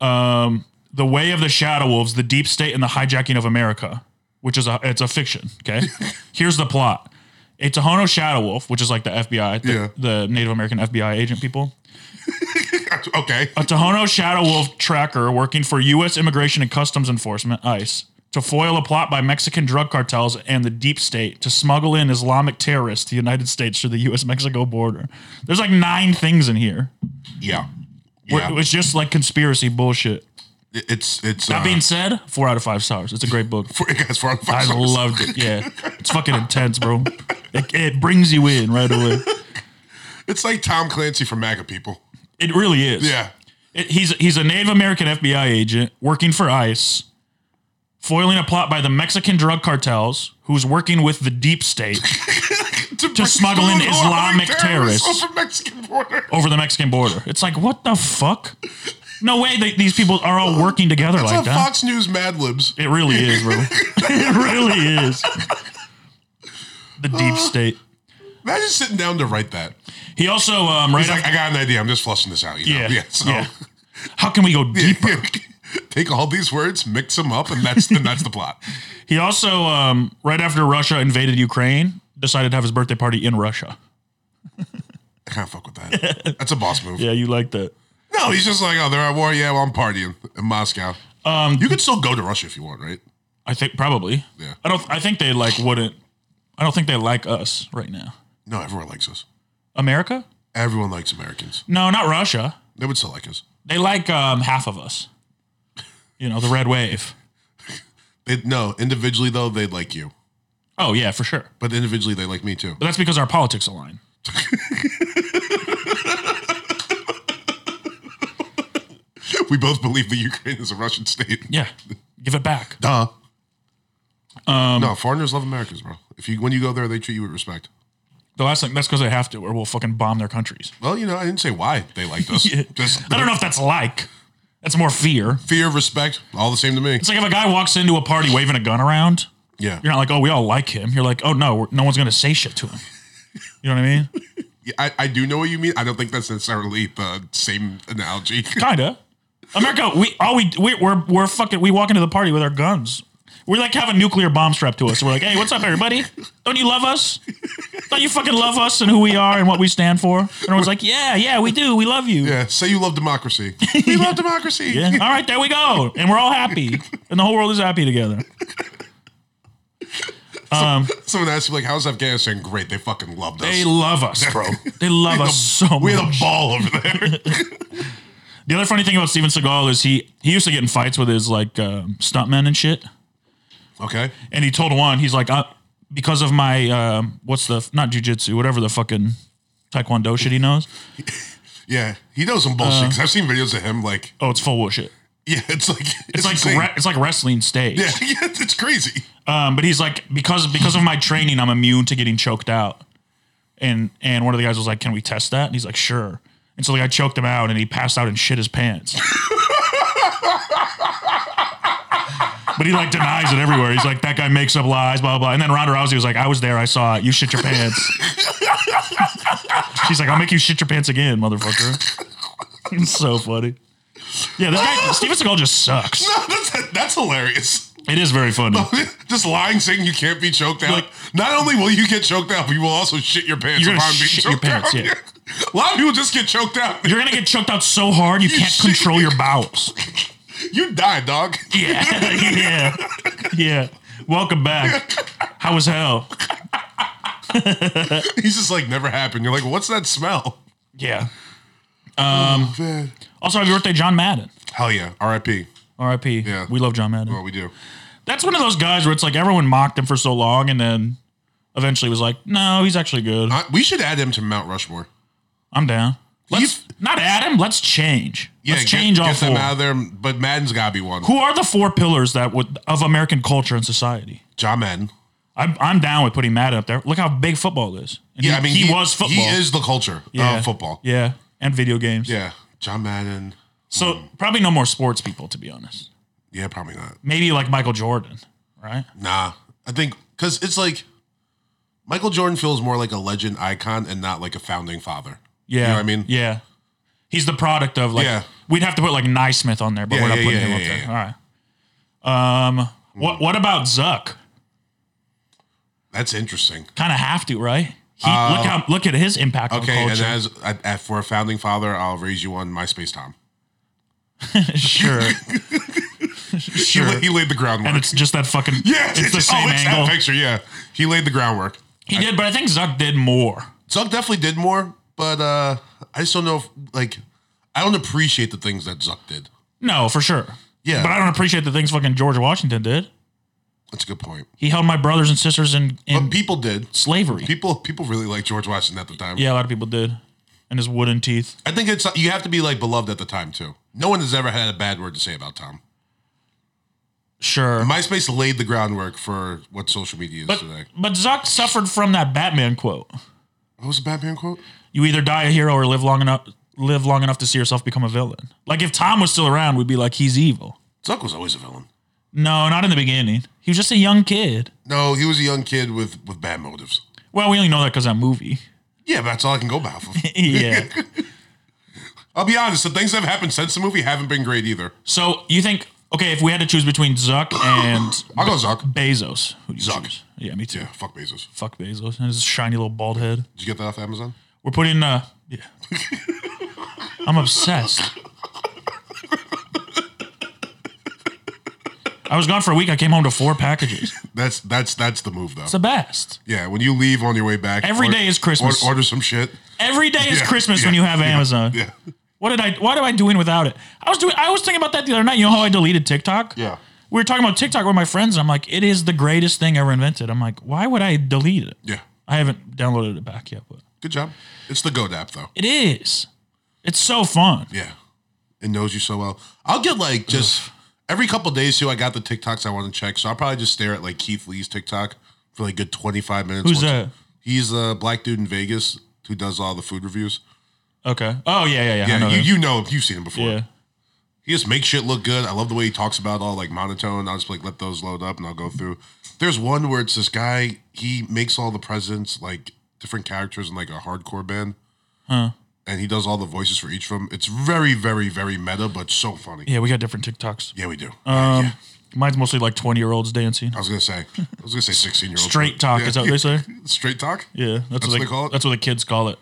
Speaker 5: um, "The Way of the Shadow Wolves: The Deep State and the Hijacking of America," which is a it's a fiction. Okay, here's the plot: a Tohono Shadow Wolf, which is like the FBI, the,
Speaker 3: Yeah.
Speaker 5: the Native American FBI agent people.
Speaker 3: okay.
Speaker 5: A Tohono Shadow Wolf tracker working for U.S. Immigration and Customs Enforcement (ICE) to foil a plot by Mexican drug cartels and the deep state to smuggle in Islamic terrorists to the United States through the U.S.-Mexico border. There's like nine things in here.
Speaker 3: Yeah.
Speaker 5: Where
Speaker 3: Yeah.
Speaker 5: It's just like conspiracy bullshit.
Speaker 3: It- it's it's
Speaker 5: That
Speaker 3: uh,
Speaker 5: being said, four out of five stars. It's a great book.
Speaker 3: four, guys, four out of
Speaker 5: I
Speaker 3: five stars.
Speaker 5: loved it. Yeah, it's fucking intense, bro. It, it brings you in right away.
Speaker 3: It's like Tom Clancy from MAGA people.
Speaker 5: It really is.
Speaker 3: Yeah.
Speaker 5: It- he's he's a Native American FBI agent working for ICE, foiling a plot by the Mexican drug cartels, who's working with the deep state
Speaker 3: bring
Speaker 5: smuggle in
Speaker 3: food or
Speaker 5: Islamic
Speaker 3: armed
Speaker 5: terrorists. Oh
Speaker 3: over Mexican border.
Speaker 5: over the Mexican border. It's like what the fuck? No way that these people are all working together
Speaker 3: It's
Speaker 5: like
Speaker 3: a
Speaker 5: that.
Speaker 3: Fox News Mad Libs.
Speaker 5: It really is, bro. it really is. The deep state.
Speaker 3: Imagine sitting down to write that.
Speaker 5: He also um, right
Speaker 3: He's like,
Speaker 5: after,
Speaker 3: I got an idea. I'm just flushing this out. You know?
Speaker 5: yeah,
Speaker 3: Yeah. So
Speaker 5: yeah. How can we go deep?
Speaker 3: take all these words, mix them up, and that's then that's the plot.
Speaker 5: He also um, right after Russia invaded Ukraine, decided to have his birthday party in Russia.
Speaker 3: I can't fuck with that. That's a boss move.
Speaker 5: Yeah, you like that.
Speaker 3: No, he's just like, oh, they're at war. Yeah, well, I'm partying in Moscow. Um, you could still go to Russia if you want, right?
Speaker 5: I think probably.
Speaker 3: Yeah.
Speaker 5: I don't I think they like wouldn't I don't think they like us right now.
Speaker 3: No, everyone likes us.
Speaker 5: America?
Speaker 3: Everyone likes Americans.
Speaker 5: No, not Russia.
Speaker 3: They would still like us.
Speaker 5: They like um, half of us. You know, the red wave.
Speaker 3: They, no, individually though, they'd like you.
Speaker 5: Oh yeah, for sure.
Speaker 3: But individually, they like me too.
Speaker 5: But that's because our politics align.
Speaker 3: We both believe that Ukraine is a Russian state.
Speaker 5: Yeah. Give it back.
Speaker 3: Duh.
Speaker 5: Um,
Speaker 3: no, foreigners love Americans, bro. If you when you go there, they treat you with respect.
Speaker 5: The last thing that's because they have to, or we'll fucking bomb their countries.
Speaker 3: Well, you know, I didn't say why they liked us.
Speaker 5: Yeah.
Speaker 3: Just
Speaker 5: I don't know if that's like. That's more fear.
Speaker 3: fear, respect, all the same to me.
Speaker 5: It's like if a guy walks into a party waving a gun around,
Speaker 3: Yeah.
Speaker 5: you're not like, oh, we all like him. You're like, oh no, we're, no one's gonna say shit to him. You know what I mean?
Speaker 3: Yeah, I, I do know what you mean. I don't think that's necessarily the same analogy.
Speaker 5: Kinda. America, we all we we we're we're fucking we walk into the party with our guns. We like have a nuclear bomb strapped to us. We're like, hey, what's up, everybody? Don't you love us? Don't you fucking love us and who we are and what we stand for? And everyone's like, yeah, yeah, we do. We love you.
Speaker 3: yeah, say you love democracy. We love democracy.
Speaker 5: Yeah. All right, there we go. And we're all happy. And the whole world is happy together.
Speaker 3: Someone asked me like, "How's Afghanistan?" Great, they fucking loved us.
Speaker 5: They love us, bro. They love us so
Speaker 3: we had
Speaker 5: much.
Speaker 3: a ball over there.
Speaker 5: The other funny thing about Steven Seagal is he he used to get in fights with his like um, stuntmen and shit.
Speaker 3: okay,
Speaker 5: And he told one, he's like, uh, because of my um, what's the not jujitsu, whatever the fucking taekwondo shit he knows.
Speaker 3: yeah, he knows some
Speaker 5: Uh.
Speaker 3: bullshit. Cause I've seen videos of him like,
Speaker 5: Oh, it's full bullshit.
Speaker 3: yeah, it's like
Speaker 5: It's,
Speaker 3: insane.
Speaker 5: like re- it's like wrestling stage.
Speaker 3: yeah, yeah, it's crazy.
Speaker 5: Um, but he's like, because because of my training, I'm immune to getting choked out. And and one of the guys was like, "Can we test that?" And he's like, "Sure." And so the guy choked him out, and he passed out and shit his pants. but he like denies it everywhere. He's like, "That guy makes up lies, blah blah." blah. And then Ronda Rousey was like, "I was there, I saw it. You shit your pants." She's like, "I'll make you shit your pants again, motherfucker." it's so funny. Yeah, this guy Steven Seagal just sucks.
Speaker 3: No, that's that's hilarious.
Speaker 5: It is very funny.
Speaker 3: Just lying, saying you can't be choked out.
Speaker 5: Like-
Speaker 3: Not only will you get choked out, but you will also shit your pants
Speaker 5: You're gonna
Speaker 3: upon being
Speaker 5: shit your
Speaker 3: choked
Speaker 5: pants,
Speaker 3: out.
Speaker 5: yeah.
Speaker 3: A lot of people just get choked out.
Speaker 5: You're gonna get choked out so hard you can't
Speaker 3: should-
Speaker 5: control your bowels.
Speaker 3: You die, dog.
Speaker 5: Yeah, yeah, yeah. Welcome back. How was hell?
Speaker 3: He's just like never happened. You're like, what's that smell?
Speaker 5: Yeah.
Speaker 3: Man.
Speaker 5: Also, happy birthday, John Madden.
Speaker 3: Hell yeah, R.I.P.
Speaker 5: R.I.p.
Speaker 3: Yeah.
Speaker 5: We love John Madden.
Speaker 3: What we do?
Speaker 5: That's one of those guys where it's like everyone mocked him for so long, and then eventually was like, "No, he's actually good.
Speaker 3: I, Uh, we should add him to Mount Rushmore.
Speaker 5: I'm down." Let's
Speaker 3: You've-
Speaker 5: not add him. Let's change.
Speaker 3: Yeah,
Speaker 5: let's
Speaker 3: get-
Speaker 5: change
Speaker 3: get,
Speaker 5: all
Speaker 3: them out
Speaker 5: four.
Speaker 3: of there. But Madden's got to be one.
Speaker 5: Who are the four pillars that would of American culture and society?
Speaker 3: John Madden.
Speaker 5: I'm, I'm down with putting Madden up there. Look how big football is. And
Speaker 3: Yeah,
Speaker 5: he,
Speaker 3: I mean
Speaker 5: he, was football.
Speaker 3: He is the culture of football. Yeah.
Speaker 5: Yeah, and video games.
Speaker 3: John Madden.
Speaker 5: So probably no more sports people, to be honest.
Speaker 3: Yeah, probably not.
Speaker 5: Maybe like Michael Jordan, right?
Speaker 3: Nah, I think because it's like Michael Jordan feels more like a legend icon and not like a founding father.
Speaker 5: Yeah.
Speaker 3: you know what I mean.
Speaker 5: Yeah. He's the product of like
Speaker 3: Yeah.
Speaker 5: we'd have to put like Naismith on there, but
Speaker 3: Yeah,
Speaker 5: we're not
Speaker 3: yeah,
Speaker 5: putting
Speaker 3: yeah,
Speaker 5: him
Speaker 3: yeah,
Speaker 5: up
Speaker 3: yeah.
Speaker 5: there. All right. Um what what about Zuck?
Speaker 3: That's interesting.
Speaker 5: Kinda have to, right? He, look how look at his impact
Speaker 3: Uh, Okay,
Speaker 5: on
Speaker 3: and
Speaker 5: culture.
Speaker 3: as at, at, for a founding father, I'll raise you one MySpace Tom.
Speaker 5: sure.
Speaker 3: He,
Speaker 5: sure.
Speaker 3: la- he laid the groundwork.
Speaker 5: and it's just that fucking
Speaker 3: yeah,
Speaker 5: it's, the same
Speaker 3: oh, it's
Speaker 5: angle.
Speaker 3: that picture. Yeah, he laid the groundwork.
Speaker 5: He did, but I think Zuck did more.
Speaker 3: Zuck definitely did more, but uh I just don't know if like I don't appreciate the things that Zuck did.
Speaker 5: No, for sure.
Speaker 3: Yeah.
Speaker 5: But I don't appreciate the things fucking George Washington did.
Speaker 3: That's a good point.
Speaker 5: He held my brothers and sisters in, in
Speaker 3: But people did.
Speaker 5: slavery.
Speaker 3: People people really liked George Washington at the time.
Speaker 5: Yeah, a lot of people did. And his wooden teeth.
Speaker 3: I think it's you have to be like beloved at the time too. No one has ever had a bad word to say about Tom.
Speaker 5: Sure.
Speaker 3: MySpace laid the groundwork for what social media is
Speaker 5: But,
Speaker 3: today.
Speaker 5: but Zuck suffered from that Batman quote.
Speaker 3: What was the Batman quote?
Speaker 5: You either die a hero or live long enough live long enough to see yourself become a villain. Like if Tom was still around, we'd be like, he's evil.
Speaker 3: Zuck was always a villain.
Speaker 5: No, not in the beginning. He was just a young kid.
Speaker 3: No, he was a young kid with with bad motives.
Speaker 5: Well, we only know that because that movie.
Speaker 3: Yeah, but that's all I can go by off of.
Speaker 5: yeah.
Speaker 3: I'll be honest, the things that have happened since the movie haven't been great either.
Speaker 5: So you think okay, if we had to choose between Zuck and
Speaker 3: I'll go Zuck.
Speaker 5: Bezos, who do you
Speaker 3: Zuck.
Speaker 5: choose? Yeah, me too.
Speaker 3: Yeah, fuck Bezos.
Speaker 5: Fuck Bezos and his shiny little bald head.
Speaker 3: Did you get that off Amazon?
Speaker 5: We're putting uh yeah. I'm obsessed. I was gone for a week. I came home to four packages.
Speaker 3: That's that's that's the move though.
Speaker 5: It's the best.
Speaker 3: Yeah, when you leave on your way back,
Speaker 5: Every
Speaker 3: every day
Speaker 5: day is Christmas.
Speaker 3: Order, some shit.
Speaker 5: Every day is
Speaker 3: Yeah,
Speaker 5: Christmas
Speaker 3: yeah,
Speaker 5: when you have
Speaker 3: yeah,
Speaker 5: Amazon.
Speaker 3: Yeah,
Speaker 5: What did I? What am I doing without it? I was doing. I was thinking about that the other night. You know how I deleted TikTok?
Speaker 3: Yeah.
Speaker 5: We were talking about TikTok with my friends, and I'm like, it is the greatest thing ever invented. I'm like, why would I delete it?
Speaker 3: yeah.
Speaker 5: I haven't downloaded it back yet, but
Speaker 3: Good job. It's the Goat app though.
Speaker 5: it is. It's so fun.
Speaker 3: Yeah, it knows you so well. I'll get like just every couple days too. I got the TikToks I want to check, so I'll probably just stare at like Keith Lee's TikTok for like a good twenty five minutes.
Speaker 5: Who's
Speaker 3: once-
Speaker 5: that?
Speaker 3: He's the black dude in Vegas who does all the food reviews.
Speaker 5: Okay. Oh yeah, yeah, yeah. I
Speaker 3: Yeah,
Speaker 5: know
Speaker 3: you,
Speaker 5: that.
Speaker 3: you know him. You've seen him before.
Speaker 5: yeah.
Speaker 3: He just makes shit look good. I love the way he talks about it all like monotone. I'll just like let those load up and I'll go through. There's one where it's this guy, he makes all the presidents like different characters in like a hardcore band. And he does all the voices for each of them. It's very, very, very meta, but so funny. Yeah,
Speaker 5: Yeah, we got different TikToks.
Speaker 3: we do.
Speaker 5: Um,
Speaker 3: yeah.
Speaker 5: mine's mostly like twenty year olds dancing.
Speaker 3: I was gonna say, I was gonna say sixteen year old
Speaker 5: Straight talk is that what they say?
Speaker 3: Straight talk.
Speaker 5: Yeah, that's, what they,
Speaker 3: call it?
Speaker 5: That's what the kids call it.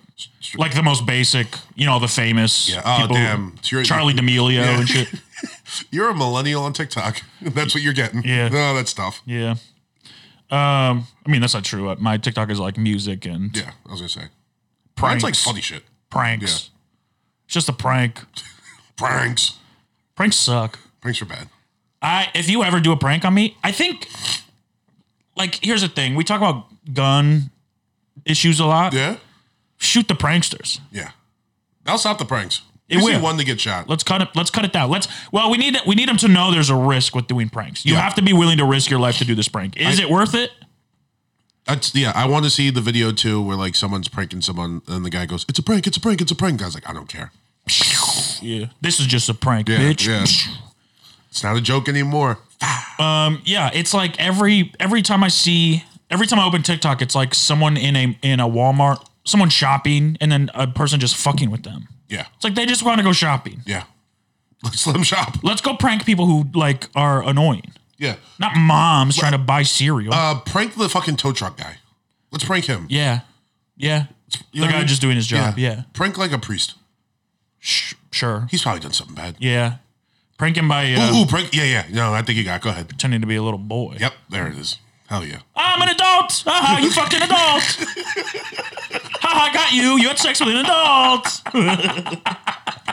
Speaker 5: Like the most basic, you know, the famous.
Speaker 3: Yeah. Oh, damn. So you're-
Speaker 5: Charlie D'Amelio
Speaker 3: Yeah.
Speaker 5: and shit.
Speaker 3: You're a millennial on TikTok. That's what you're getting.
Speaker 5: Yeah.
Speaker 3: No, that's tough.
Speaker 5: Yeah. Um, I mean that's not true. My TikTok is like music and
Speaker 3: Yeah, I was gonna say. That's
Speaker 5: pranks,
Speaker 3: like funny shit.
Speaker 5: pranks. It's just a prank.
Speaker 3: Pranks.
Speaker 5: Pranks suck.
Speaker 3: Pranks are bad.
Speaker 5: I if you ever do a prank on me, I think like here's the thing. We talk about gun issues a lot.
Speaker 3: Yeah.
Speaker 5: Shoot the pranksters.
Speaker 3: Yeah. I'll stop the pranks.
Speaker 5: It
Speaker 3: We see
Speaker 5: will.
Speaker 3: one to get shot.
Speaker 5: Let's cut it. Let's cut it down. Let's. Well, we need we need them to know there's a risk with doing pranks. You
Speaker 3: Yeah.
Speaker 5: have to be willing to risk your life to do this prank. Is
Speaker 3: I-
Speaker 5: it worth it?
Speaker 3: That's yeah. I want to see the video too, where like someone's pranking someone, and the guy goes, "It's a prank! It's a prank! It's a prank!" Guy's like, "I don't care.
Speaker 5: Yeah. This is just a prank,
Speaker 3: Yeah,
Speaker 5: bitch.
Speaker 3: yeah. It's not a joke anymore."
Speaker 5: yeah, it's like every every time I see every time I open TikTok, it's like someone in a in a Walmart, someone shopping, and then a person just fucking with them.
Speaker 3: Yeah,
Speaker 5: It's like they just want to go shopping.
Speaker 3: yeah. Let's let him shop.
Speaker 5: Let's go prank people who like are annoying.
Speaker 3: Yeah,
Speaker 5: Not moms trying to buy cereal.
Speaker 3: uh, prank the fucking tow truck guy. Let's prank him.
Speaker 5: yeah. Yeah.
Speaker 3: You
Speaker 5: the
Speaker 3: know what
Speaker 5: guy
Speaker 3: I mean?
Speaker 5: just doing his job. Yeah.
Speaker 3: Prank like a priest.
Speaker 5: Sh- sure.
Speaker 3: He's probably done something bad.
Speaker 5: Yeah. Prank him by uh,
Speaker 3: Ooh, ooh, prank. Yeah, yeah. No, I think you got. it. Go ahead.
Speaker 5: pretending to be a little boy.
Speaker 3: Yep, there it is. Hell yeah.
Speaker 5: I'm an adult. Haha, you fucking adult. Haha, got you. You had sex with an adult.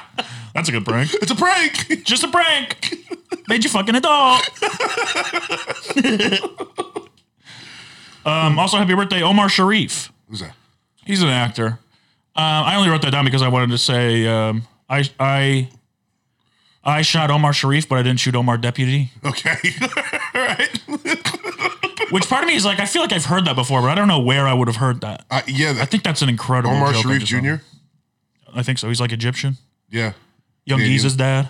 Speaker 5: That's a good prank.
Speaker 3: It's a prank.
Speaker 5: Just a prank. Made you fucking adult. um, also, happy birthday, Omar Sharif.
Speaker 3: Who's that?
Speaker 5: He's an actor. Um, I only wrote that down because I wanted to say um, I I I shot Omar Sharif, but I didn't shoot Omar Deputy.
Speaker 3: Okay. All right.
Speaker 5: Which part of me is like, I feel like I've heard that before, but I don't know where I would have heard that.
Speaker 3: Uh, yeah. That,
Speaker 5: I think that's an incredible.
Speaker 3: Omar
Speaker 5: joke I
Speaker 3: Sharif
Speaker 5: just
Speaker 3: Jr.
Speaker 5: heard. I think so. He's like Egyptian.
Speaker 3: Yeah,
Speaker 5: Young
Speaker 3: Canadian.
Speaker 5: Geeza's dad.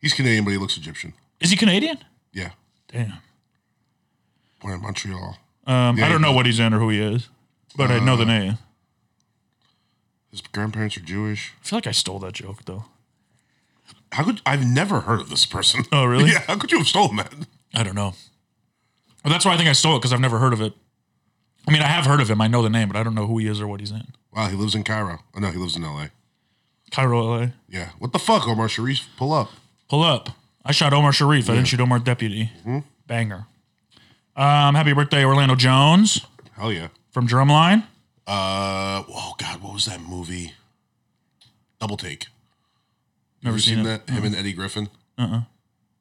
Speaker 3: he's Canadian, but he looks Egyptian.
Speaker 5: Is he Canadian?
Speaker 3: Yeah,
Speaker 5: Damn.
Speaker 3: born in Montreal. Yeah,
Speaker 5: Um, I don't
Speaker 3: he- Uh,
Speaker 5: know what he's in or who he is, but I know the name.
Speaker 3: His grandparents are Jewish.
Speaker 5: I feel like I stole that joke though.
Speaker 3: How could I've never heard of this person?
Speaker 5: Oh, really?
Speaker 3: Yeah. How could you have stolen that?
Speaker 5: I don't know. Well, that's why I think I stole it because I've never heard of it. I mean, I have heard of him. I know the name, but I don't know who he is or what he's in.
Speaker 3: Wow, he lives in Cairo. Oh no, he lives in L.A.
Speaker 5: Cairo, LA.
Speaker 3: Yeah. What the fuck, Omar Sharif? Pull up.
Speaker 5: Pull up. I shot Omar Sharif. I didn't shoot Omar Deputy.
Speaker 3: Hmm?
Speaker 5: Banger. Um, happy birthday, Orlando Jones
Speaker 3: Hell yeah.
Speaker 5: from Drumline.
Speaker 3: Uh. Oh God, what was that movie? Double Take.
Speaker 5: Never
Speaker 3: Have you
Speaker 5: seen,
Speaker 3: seen,
Speaker 5: it. Uh-uh.
Speaker 3: that? Him and Eddie Griffin. Uh. uh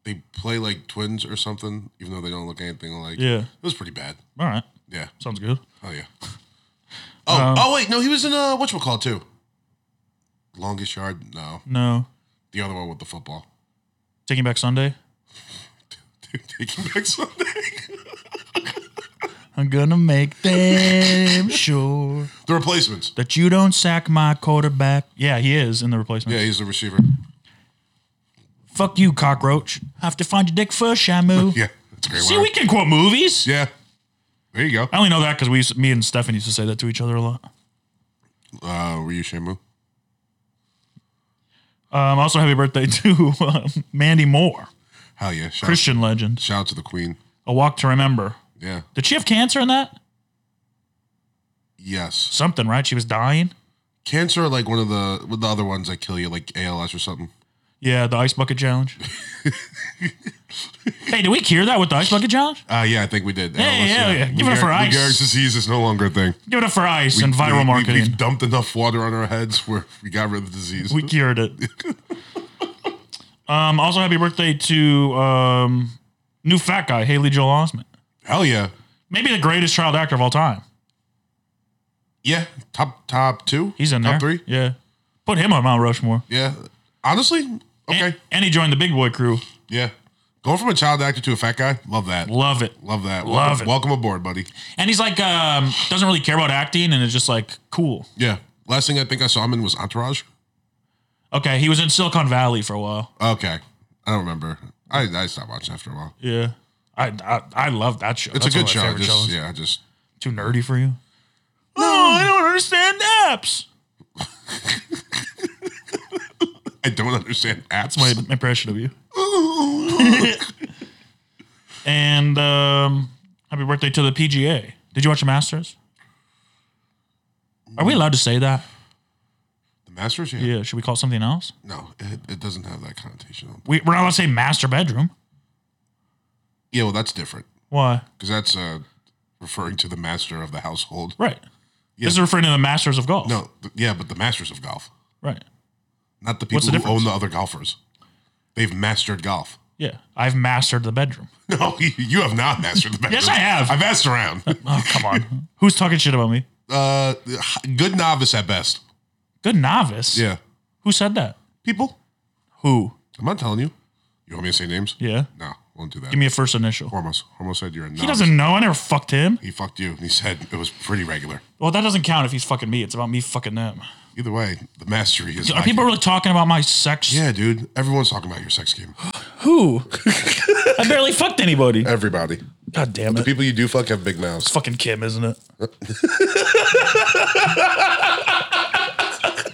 Speaker 3: They play like twins or something, even though they don't look anything alike.
Speaker 5: Yeah.
Speaker 3: It was pretty bad.
Speaker 5: All right.
Speaker 3: Yeah.
Speaker 5: Sounds good.
Speaker 3: Oh yeah. Oh,
Speaker 5: Um,
Speaker 3: oh wait, no, he was in uh whatchamacallit too. Longest yard, no.
Speaker 5: No.
Speaker 3: The other one with the football.
Speaker 5: Taking Back Sunday.
Speaker 3: Taking back Sunday.
Speaker 5: I'm gonna make them sure
Speaker 3: The replacements.
Speaker 5: that you don't sack my quarterback. Yeah, he is in the replacement.
Speaker 3: Yeah, he's the receiver.
Speaker 5: Fuck you, cockroach. Have to find your dick first, Shamu.
Speaker 3: Yeah. That's a great
Speaker 5: See,
Speaker 3: line.
Speaker 5: we can quote movies.
Speaker 3: Yeah. There you go.
Speaker 5: I only know that because we, used, me and Stefan used to say that to each other a lot. Oh.
Speaker 3: Uh were you Shamu?
Speaker 5: Um, also, happy birthday to um, Mandy Moore,
Speaker 3: Hell yeah. Shout,
Speaker 5: Christian legend.
Speaker 3: shout out to the Queen.
Speaker 5: A Walk to Remember.
Speaker 3: Yeah.
Speaker 5: Did she have cancer in that?
Speaker 3: Yes.
Speaker 5: Something, right? She was dying.
Speaker 3: Cancer like one of the with the other ones that kill you, like ALS or something.
Speaker 5: Yeah, the ice bucket challenge. hey, did we cure that with the ice bucket challenge?
Speaker 3: Uh yeah, I think we did.
Speaker 5: Hey, yeah, yeah. Give it up for
Speaker 3: Lou
Speaker 5: ice.
Speaker 3: Gehrig's disease is no longer a thing.
Speaker 5: Give it up for ice and
Speaker 3: We-
Speaker 5: viral
Speaker 3: we-
Speaker 5: marketing.
Speaker 3: We've dumped enough water on our heads where we got rid of the disease.
Speaker 5: We cured it. um, also, happy birthday to um, new fat guy Haley Joel Osment.
Speaker 3: Hell yeah.
Speaker 5: Maybe the greatest child actor of all time.
Speaker 3: Yeah. Top top two.
Speaker 5: He's in
Speaker 3: top
Speaker 5: there.
Speaker 3: three.
Speaker 5: Yeah, put him on Mount Rushmore.
Speaker 3: Yeah. Honestly, okay.
Speaker 5: And, and he joined the Big Boy crew.
Speaker 3: yeah. Going from a child actor to a fat guy, love that.
Speaker 5: Love it.
Speaker 3: Love that.
Speaker 5: Love
Speaker 3: welcome,
Speaker 5: it.
Speaker 3: Welcome aboard, buddy.
Speaker 5: And he's like, um, doesn't really care about acting, and it's just like, cool.
Speaker 3: Yeah. Last thing I think I saw him in was Entourage.
Speaker 5: Okay, he was in Silicon Valley for a while.
Speaker 3: Okay. I don't remember. I, I stopped watching after a while.
Speaker 5: Yeah, I I, I love that show.
Speaker 3: It's
Speaker 5: That's
Speaker 3: a
Speaker 5: one
Speaker 3: good
Speaker 5: of my
Speaker 3: show.
Speaker 5: favorite
Speaker 3: Just,
Speaker 5: shows.
Speaker 3: yeah, I just
Speaker 5: Too nerdy for you? No, I don't understand apps.
Speaker 3: I don't understand apps.
Speaker 5: That's my impression of you. and um, happy birthday to the PGA. Did you watch the Masters? Are we allowed to say that?
Speaker 3: the Masters. Yeah.
Speaker 5: Yeah. Should we call it something else?
Speaker 3: No, it, it doesn't have that connotation.
Speaker 5: We, we're not allowed to say master bedroom.
Speaker 3: Yeah, well, that's different
Speaker 5: Why?
Speaker 3: because that's uh, referring to the master of the household.
Speaker 5: Right. This is referring to the Masters of golf.
Speaker 3: No, th- yeah, but the masters of golf,
Speaker 5: Right.
Speaker 3: not the people
Speaker 5: What's the
Speaker 3: who
Speaker 5: difference?
Speaker 3: own the other golfers. They've mastered golf.
Speaker 5: Yeah. I've mastered the bedroom.
Speaker 3: No, you- you have not mastered the bedroom.
Speaker 5: Yes, I have.
Speaker 3: I've asked around.
Speaker 5: Oh, come on. Who's talking shit about me?
Speaker 3: uh, h- good novice at best.
Speaker 5: Good novice.
Speaker 3: Yeah,
Speaker 5: Who said that?
Speaker 3: people.
Speaker 5: Who?
Speaker 3: I'm not telling you. You want me to say names?
Speaker 5: Yeah.
Speaker 3: No, won't do that.
Speaker 5: Give me a first initial.
Speaker 3: Hormos. Hormos said you're a novice.
Speaker 5: He doesn't know. I never fucked him.
Speaker 3: He fucked you, and he said it was pretty regular.
Speaker 5: Well, that doesn't count if he's fucking me. It's about me fucking them.
Speaker 3: Either way, the mastery is.
Speaker 5: Are
Speaker 3: lacking.
Speaker 5: people really talking about my sex?
Speaker 3: Yeah, dude. Everyone's talking about your sex game.
Speaker 5: Who? I barely fucked anybody.
Speaker 3: Everybody.
Speaker 5: God damn it.
Speaker 3: People you do fuck have big mouths.
Speaker 5: fucking Kim, isn't it?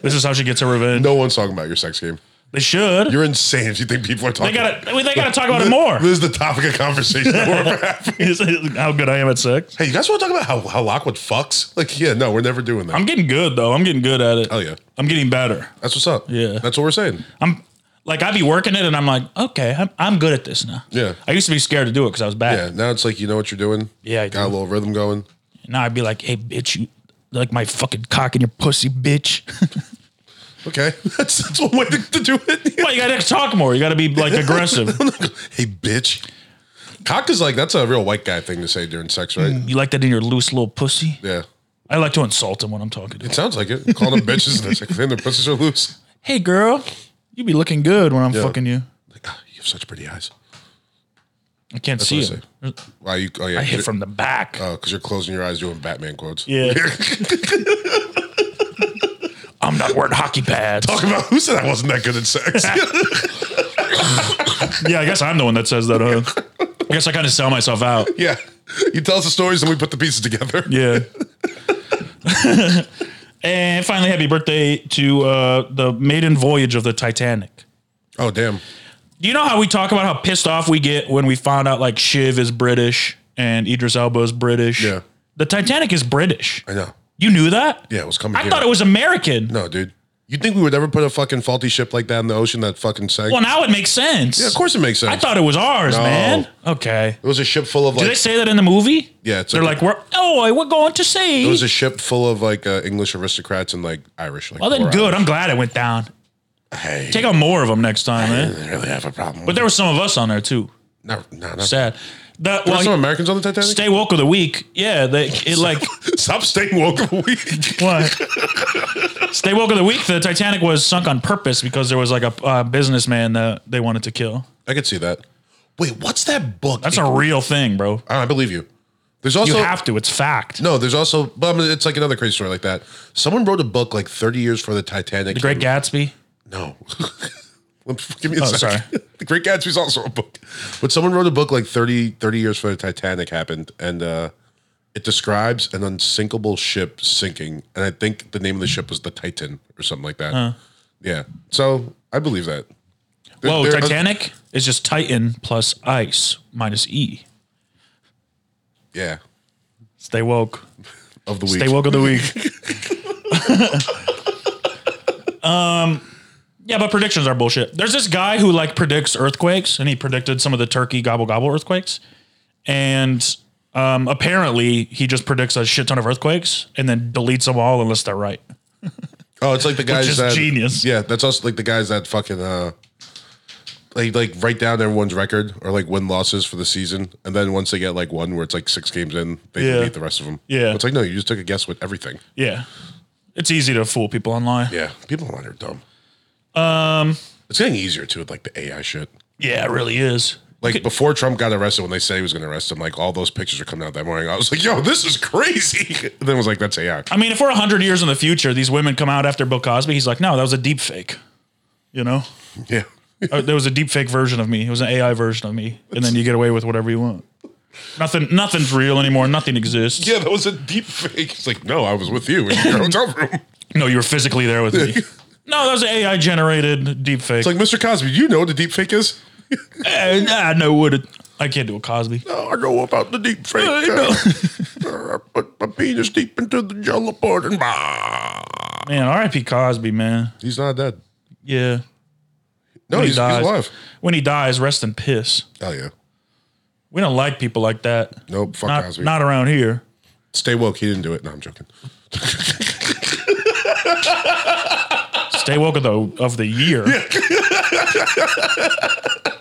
Speaker 5: this is how she gets her revenge.
Speaker 3: No one's talking about your sex game.
Speaker 5: They should.
Speaker 3: You're insane if you think people are
Speaker 5: they
Speaker 3: talking.
Speaker 5: gotta. They gotta talk about it more.
Speaker 3: This is the topic of conversation that we're having.
Speaker 5: how good I am at sex.
Speaker 3: Hey, you guys want to talk about how how Lockwood fucks? Like, yeah, no, we're never doing that.
Speaker 5: I'm getting good though. I'm getting good at it.
Speaker 3: Oh, yeah.
Speaker 5: I'm getting better.
Speaker 3: That's what's up.
Speaker 5: Yeah.
Speaker 3: that's what we're saying.
Speaker 5: I'm like I be working it, and I'm like, okay, I'm, I'm good at this now.
Speaker 3: Yeah.
Speaker 5: I used to be scared to do it because I was
Speaker 3: Yeah.
Speaker 5: bad.
Speaker 3: Now it's like you know what you're doing.
Speaker 5: Yeah, I
Speaker 3: got a
Speaker 5: do.
Speaker 3: little rhythm going.
Speaker 5: Now I'd be like, hey, bitch, you like my fucking cock in your pussy, bitch.
Speaker 3: Okay, that's, that's one way to, to do it.
Speaker 5: well, you gotta talk more. You gotta be like aggressive.
Speaker 3: hey, bitch. Cock is like that's a real white guy thing to say during sex, right?
Speaker 5: you like that in your loose little pussy?
Speaker 3: Yeah.
Speaker 5: I like to insult him when I'm talking to him.
Speaker 3: It sounds like it. Calling them bitches and it's like, man, their pussies are loose.
Speaker 5: Hey, girl, you be looking good when I'm
Speaker 3: Yeah.
Speaker 5: fucking you.
Speaker 3: Like, ah, you have such pretty eyes.
Speaker 5: I can't
Speaker 3: what I
Speaker 5: see
Speaker 3: Uh,
Speaker 5: him.
Speaker 3: Wow, you, oh, yeah,
Speaker 5: I hit from the back.
Speaker 3: because you're closing your eyes doing Batman quotes.
Speaker 5: Yeah. I'm not wearing hockey pads.
Speaker 3: Talk about who said I wasn't that good at sex.
Speaker 5: yeah, I guess I'm the one that says that. Huh? I guess I kind of sell myself out.
Speaker 3: yeah. You tell us the stories and we put the pieces together.
Speaker 5: Yeah. and finally, happy birthday to uh, the maiden voyage of the Titanic.
Speaker 3: Oh, damn.
Speaker 5: Do you know how we talk about how pissed off we get when we found out like Shiv is British and Idris Elba is British?
Speaker 3: Yeah.
Speaker 5: The Titanic is British.
Speaker 3: I know.
Speaker 5: You knew that?
Speaker 3: Yeah, it was coming
Speaker 5: I
Speaker 3: here.
Speaker 5: thought it was American.
Speaker 3: No, dude. You think we would ever put a fucking faulty ship like that in the ocean that fucking sank?
Speaker 5: Well, now it makes sense.
Speaker 3: yeah, of course it makes sense.
Speaker 5: I thought it was ours,
Speaker 3: No.
Speaker 5: man. Okay.
Speaker 3: it was a ship full of
Speaker 5: Do
Speaker 3: like.
Speaker 5: they say that in the movie?
Speaker 3: Yeah, it's
Speaker 5: They're
Speaker 3: okay.
Speaker 5: like, we're oh, we're going to
Speaker 3: it
Speaker 5: sea.
Speaker 3: was a ship full of like uh, English aristocrats and like Irish. Like,
Speaker 5: well, then
Speaker 3: poor
Speaker 5: good. I'm glad it went down.
Speaker 3: Irish. Hey,
Speaker 5: Take out more of them next time,
Speaker 3: I
Speaker 5: man.
Speaker 3: didn't really have a problem.
Speaker 5: But there were some of us on there too.
Speaker 3: no, no, no.
Speaker 5: Sad. The,
Speaker 3: Were some
Speaker 5: well,
Speaker 3: Americans on the Titanic?
Speaker 5: stay woke of the week. Yeah, they it like
Speaker 3: Stop staying woke a week.
Speaker 5: what? stay woke of the week. The Titanic was sunk on purpose because there was like a uh, businessman that they wanted to kill.
Speaker 3: I could see that. Wait, what's that book?
Speaker 5: That's a real thing, bro.
Speaker 3: I believe you. There's
Speaker 5: You
Speaker 3: also
Speaker 5: have to. It's fact.
Speaker 3: no. There's also, but I mean, it's like another crazy story like that. Someone wrote a book like 30 years for the Titanic.
Speaker 5: The Great Gatsby.
Speaker 3: No. Give me a
Speaker 5: Oh,
Speaker 3: second.
Speaker 5: sorry.
Speaker 3: The Great Gatsby's also a book. But someone wrote a book like 30, 30 years for the Titanic happened, and uh, it describes an unsinkable ship sinking. And I think the name of the ship was the Titan or something like that. Yeah. So I believe that. There-
Speaker 5: Whoa,
Speaker 3: there-
Speaker 5: Titanic is just Titan plus ice minus E.
Speaker 3: yeah.
Speaker 5: Stay woke.
Speaker 3: Of the week.
Speaker 5: Stay woke of the week. um, yeah, but predictions are bullshit. There's this guy who like predicts earthquakes, and he predicted some of the Turkey gobble gobble earthquakes, and um, apparently he just predicts a shit ton of earthquakes and then deletes them all unless they're right.
Speaker 3: Oh, it's like the guys
Speaker 5: is
Speaker 3: that
Speaker 5: genius.
Speaker 3: Yeah, that's also like the guys that fucking uh, they like write down everyone's record or like win losses for the season, and then once they get like one where it's like six games in, they
Speaker 5: Yeah.
Speaker 3: delete the rest of them.
Speaker 5: Yeah.
Speaker 3: it's like no, you just took a guess with everything.
Speaker 5: Yeah, it's easy to fool people online.
Speaker 3: Yeah, people online are dumb. Um, it's getting easier too with like the AI shit.
Speaker 5: Yeah, it really is.
Speaker 3: Like before Trump got arrested, when they said he was going to arrest him, like all those pictures are coming out that morning. I was like, "Yo, this is crazy." And then was like, "That's AI."
Speaker 5: I mean, if we're 100 years in the future, these women come out after Bill Cosby, he's like, no, that was a deep fake. You know?
Speaker 3: Yeah,
Speaker 5: Uh, there was a deep fake version of me. It was an AI version of me. And then you get away with whatever you want. Nothing, nothing's real anymore. Nothing exists.
Speaker 3: yeah, that was a deep fake. It's like, no, I was with you in your hotel room.
Speaker 5: No, you were physically there with me. No, that was an AI generated deep fake.
Speaker 3: It's like, Mr. Cosby, you know what the deep fake is?
Speaker 5: Eh, nah, no, would it? I can't do a Cosby.
Speaker 3: No, I know about the deep fake. I put my penis deep into the jello part and bah.
Speaker 5: Man, R.I.P. Cosby, man.
Speaker 3: He's not dead.
Speaker 5: Yeah.
Speaker 3: No,
Speaker 5: When he
Speaker 3: he's, he's
Speaker 5: dies.
Speaker 3: alive.
Speaker 5: When he dies, rest in piss.
Speaker 3: Oh yeah.
Speaker 5: We don't like people like that.
Speaker 3: Nope. Fuck
Speaker 5: Not,
Speaker 3: Cosby.
Speaker 5: not around here.
Speaker 3: Stay woke. He didn't do it. No, I'm joking.
Speaker 5: Stay woke of the of the year.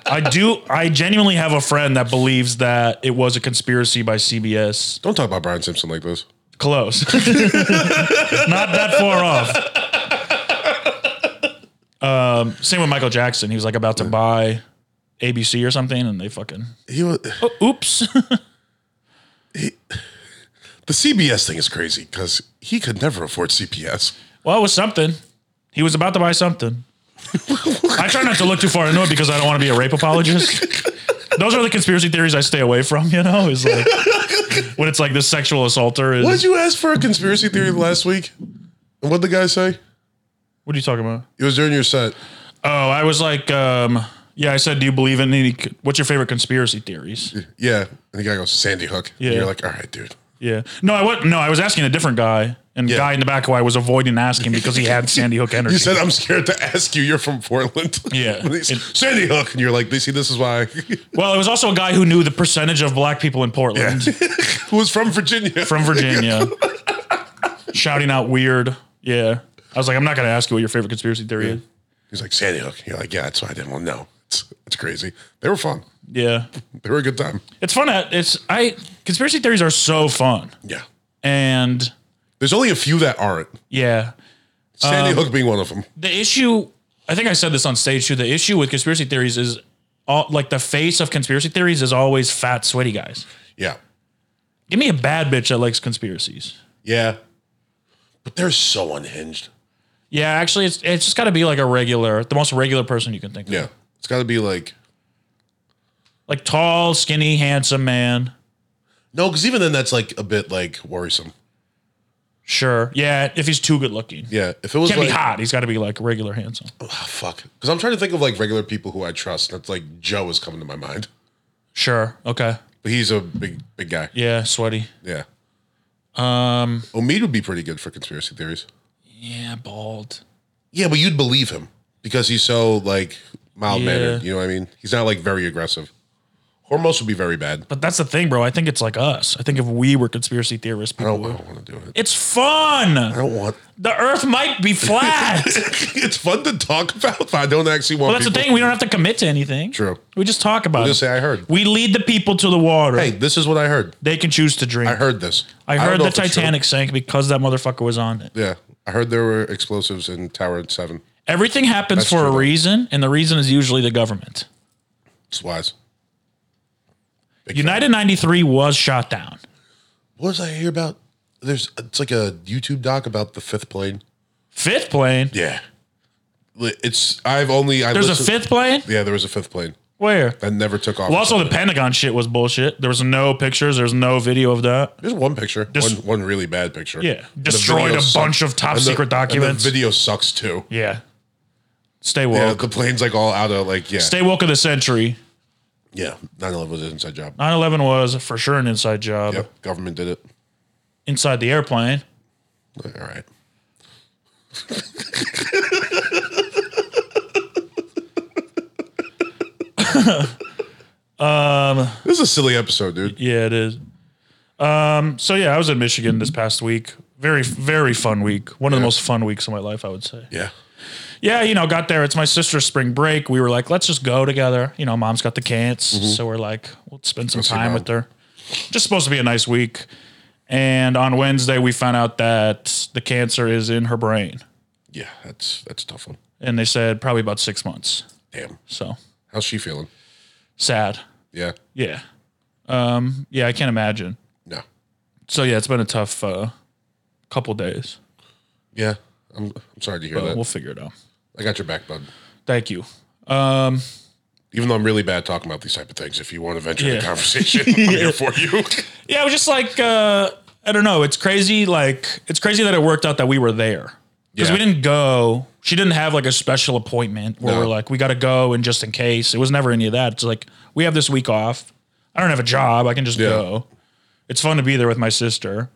Speaker 5: I do. I genuinely have a friend that believes that it was a conspiracy by CBS.
Speaker 3: Don't talk about Brian Simpson like this.
Speaker 5: Close. Not that far off. Um, same with Michael Jackson. He was like about to buy ABC or something, and they fucking
Speaker 3: He was.
Speaker 5: oops.
Speaker 3: The CBS thing is crazy because he could never afford CPS.
Speaker 5: well, it was something. He was about to buy something. I try not to look too far into it because I don't want to be a rape apologist. Those are the conspiracy theories I stay away from. You know, is like when it's like the sexual assaulter is.
Speaker 3: What did you ask for a conspiracy theory last week? And what did the guy say?
Speaker 5: what are you talking about?
Speaker 3: It was during your set.
Speaker 5: Oh, I was like, um, yeah, I said, do you believe in any? What's your favorite conspiracy theories?
Speaker 3: Yeah. And the guy goes, Sandy Hook. And
Speaker 5: Yeah.
Speaker 3: you're like, all right, dude.
Speaker 5: Yeah. No, I was no, I was asking a different guy, and
Speaker 3: Yeah.
Speaker 5: guy in the back who I was avoiding asking because he had Sandy Hook energy.
Speaker 3: You said, I'm scared to ask you. You're from Portland.
Speaker 5: Yeah.
Speaker 3: And he's, Sandy Hook. And you're like, see, this is why.
Speaker 5: well, it was also a guy who knew the percentage of black people in Portland
Speaker 3: Who was from Virginia.
Speaker 5: from Virginia, shouting out weird. Yeah. I was like, I'm not going to ask you what your favorite conspiracy theory is.
Speaker 3: He's like, Sandy Hook. You're like, yeah, that's why I didn't want to know. It's, it's crazy. They were fun.
Speaker 5: Yeah.
Speaker 3: They were a good time.
Speaker 5: It's fun. At, it's I conspiracy theories are so fun,
Speaker 3: Yeah.
Speaker 5: and
Speaker 3: There's only a few that aren't.
Speaker 5: yeah,
Speaker 3: Sandy Hook being one of them.
Speaker 5: the issue i think i said this on stage too the issue with conspiracy theories is all like the face of conspiracy theories is always fat sweaty guys
Speaker 3: Yeah.
Speaker 5: give me a bad bitch that likes conspiracies
Speaker 3: Yeah. But they're so unhinged.
Speaker 5: yeah actually it's it's just got to be like a regular the most regular person you can think of
Speaker 3: Yeah. It's got to be like,
Speaker 5: like tall skinny handsome man
Speaker 3: no, because even then that's like a bit like worrisome.
Speaker 5: sure yeah if he's too good looking
Speaker 3: Yeah. If it was
Speaker 5: can't
Speaker 3: like,
Speaker 5: be hot he's got to be like regular handsome
Speaker 3: Ah, fuck. Because I'm trying to think of like regular people who I trust. That's like Joe is coming to my mind.
Speaker 5: sure okay
Speaker 3: But he's a big, big guy.
Speaker 5: yeah sweaty
Speaker 3: Yeah. Um, Omid would be pretty good for conspiracy theories.
Speaker 5: yeah bald
Speaker 3: Yeah, but you'd believe him because he's so like mild mannered.
Speaker 5: Yeah.
Speaker 3: You know what I mean? He's not like very aggressive. Hormos would be very bad.
Speaker 5: but that's the thing bro i think it's like us i think if we were conspiracy theorists
Speaker 3: I
Speaker 5: people
Speaker 3: don't, I
Speaker 5: would.
Speaker 3: don't want to do it.
Speaker 5: it's fun
Speaker 3: I don't want.
Speaker 5: the earth might be flat.
Speaker 3: it's fun to talk about, but I don't actually want.
Speaker 5: well, that's the
Speaker 3: people-
Speaker 5: thing. We don't have to commit to anything.
Speaker 3: True.
Speaker 5: We just talk about
Speaker 3: just
Speaker 5: it.
Speaker 3: say, "I heard."
Speaker 5: We lead the people to the water.
Speaker 3: Hey, this is what I heard.
Speaker 5: They can choose to drink.
Speaker 3: I heard this.
Speaker 5: I
Speaker 3: don't
Speaker 5: heard
Speaker 3: know
Speaker 5: the
Speaker 3: if it's true.
Speaker 5: Titanic sank because that motherfucker was on it.
Speaker 3: Yeah, I heard there were explosives in Tower Seven.
Speaker 5: Everything happens
Speaker 3: That's
Speaker 5: for
Speaker 3: true,
Speaker 5: a
Speaker 3: though.
Speaker 5: reason, and the reason is usually the government.
Speaker 3: It's wise.
Speaker 5: United 93 was shot down.
Speaker 3: What did I hear about? There's it's like a YouTube doc about the fifth plane.
Speaker 5: Fifth plane.
Speaker 3: Yeah, it's I've only I
Speaker 5: There's a
Speaker 3: listened-
Speaker 5: fifth plane?
Speaker 3: Yeah, there was a fifth plane
Speaker 5: Where?
Speaker 3: that never took off.
Speaker 5: Well, also the Pentagon shit was bullshit. There was no pictures. There's no video of that.
Speaker 3: There's one picture,
Speaker 5: Just-
Speaker 3: one, one really bad picture.
Speaker 5: Yeah.
Speaker 3: And the
Speaker 5: Destroyed
Speaker 3: video
Speaker 5: a bunch of top
Speaker 3: And the-
Speaker 5: secret
Speaker 3: and
Speaker 5: documents.
Speaker 3: the video sucks too.
Speaker 5: Yeah. Stay
Speaker 3: Yeah,
Speaker 5: woke.
Speaker 3: the plane's like all out of like yeah,
Speaker 5: Stay woke of the century.
Speaker 3: yeah. 9/11 was an inside job.
Speaker 5: 9 11 was for sure an inside job
Speaker 3: Yep, government did it.
Speaker 5: inside the airplane.
Speaker 3: All right. um, this is a silly episode, dude.
Speaker 5: Yeah, it is. Um, so, yeah, I was in Michigan this past week. Very, very fun week. One of the most fun weeks of my life, I would say.
Speaker 3: Yeah,
Speaker 5: Yeah, you know, got there. It's my sister's spring break. We were like, let's just go together. You know, mom's got the cants. So we're like, we'll spend some
Speaker 3: see
Speaker 5: time
Speaker 3: Mom.
Speaker 5: with her. Just supposed to be a nice week. And on Wednesday, we found out that the cancer is in her brain.
Speaker 3: yeah. That's that's a tough one.
Speaker 5: And they said probably about six months.
Speaker 3: Damn,
Speaker 5: So
Speaker 3: how's she feeling?
Speaker 5: sad.
Speaker 3: Yeah.
Speaker 5: Yeah. Um, yeah, I can't imagine.
Speaker 3: No.
Speaker 5: So yeah, it's been a tough uh, couple days.
Speaker 3: Yeah. I'm, I'm sorry to hear
Speaker 5: But
Speaker 3: that.
Speaker 5: we'll figure it out.
Speaker 3: I got your back, bud.
Speaker 5: Thank you.
Speaker 3: Even though I'm really bad talking about these type of things, if you want to venture
Speaker 5: Yeah.
Speaker 3: the conversation, I'm here for you.
Speaker 5: Yeah, it was just like uh, I don't know. It's crazy. Like it's crazy that it worked out that we were there because we
Speaker 3: Yeah.
Speaker 5: didn't go. She didn't have like a special appointment where
Speaker 3: No.
Speaker 5: we're like we got to go and just in case. It was never any of that. It's like we have this week off. I don't have a job. I can just
Speaker 3: Yeah.
Speaker 5: go. It's fun to be there with my sister.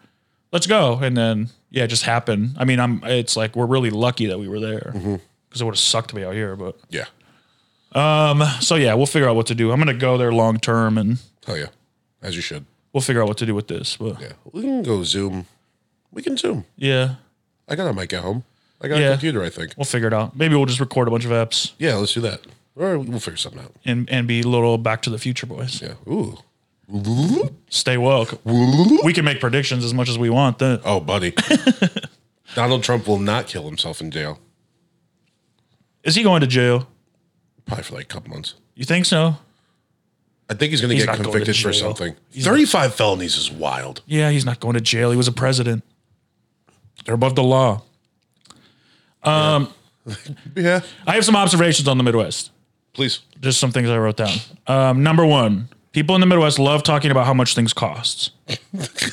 Speaker 5: Let's go. And then yeah, it just happened. I mean, I'm. It's like we're really lucky that we were there
Speaker 3: Mm-hmm.
Speaker 5: because it would have sucked to be out here. But
Speaker 3: yeah.
Speaker 5: so yeah, we'll figure out what to do. I'm gonna go there long term and
Speaker 3: Hell yeah. As you should.
Speaker 5: we'll figure out what to do with this. But
Speaker 3: Yeah. We can go Zoom. We can Zoom.
Speaker 5: yeah.
Speaker 3: I got a mic at home. I got
Speaker 5: Yeah.
Speaker 3: a computer, I think.
Speaker 5: We'll figure it out. Maybe we'll just record a bunch of eps
Speaker 3: Yeah, let's do that. Or we'll figure something out.
Speaker 5: and, and be little Back to the Future boys.
Speaker 3: Yeah. Ooh.
Speaker 5: Stay woke. We can make predictions as much as we want. Then
Speaker 3: Oh, buddy. Donald Trump will not kill himself in jail.
Speaker 5: is he going to jail?
Speaker 3: Probably for like a couple months.
Speaker 5: You think so?
Speaker 3: I think he's going
Speaker 5: He's
Speaker 3: to get
Speaker 5: not going to
Speaker 3: convicted for
Speaker 5: jail.
Speaker 3: something. 35 felonies is wild.
Speaker 5: Yeah, he's not going to jail. He was a president. They're above the law.
Speaker 3: Yeah.
Speaker 5: I have some observations on the Midwest.
Speaker 3: Please.
Speaker 5: Just some things I wrote down. Um, number one, people in the Midwest love talking about how much things cost.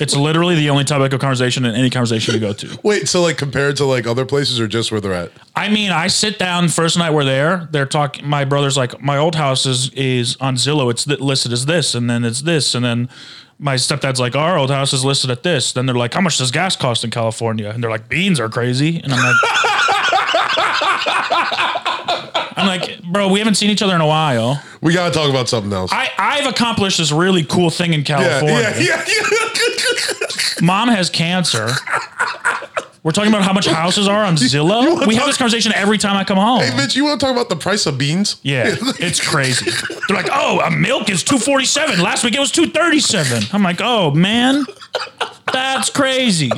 Speaker 5: it's literally the only topic of conversation in any conversation you go to.
Speaker 3: Wait, so like compared to like other places or just where they're at?
Speaker 5: I mean, I sit down first night we're there. They're talking. My brother's like, my old house is is on Zillow. It's th- listed as this, and then it's this, and then my stepdad's like, our old house is listed at this. Then they're like, how much does gas cost in California? And they're like, beans are crazy. And I'm like, I'm like, bro, we haven't seen each other in a while.
Speaker 3: We got to talk about something else.
Speaker 5: I I've accomplished this really cool thing in
Speaker 3: yeah,
Speaker 5: California.
Speaker 3: yeah, yeah, yeah.
Speaker 5: Mom has cancer. We're talking about how much houses are on Zillow. We have this conversation every time I come home.
Speaker 3: Mitch, you want to talk about the price of beans?
Speaker 5: Yeah, it's crazy. They're like, oh, a milk is two forty seven. Last week it was two thirty seven. I'm like, oh man, that's crazy.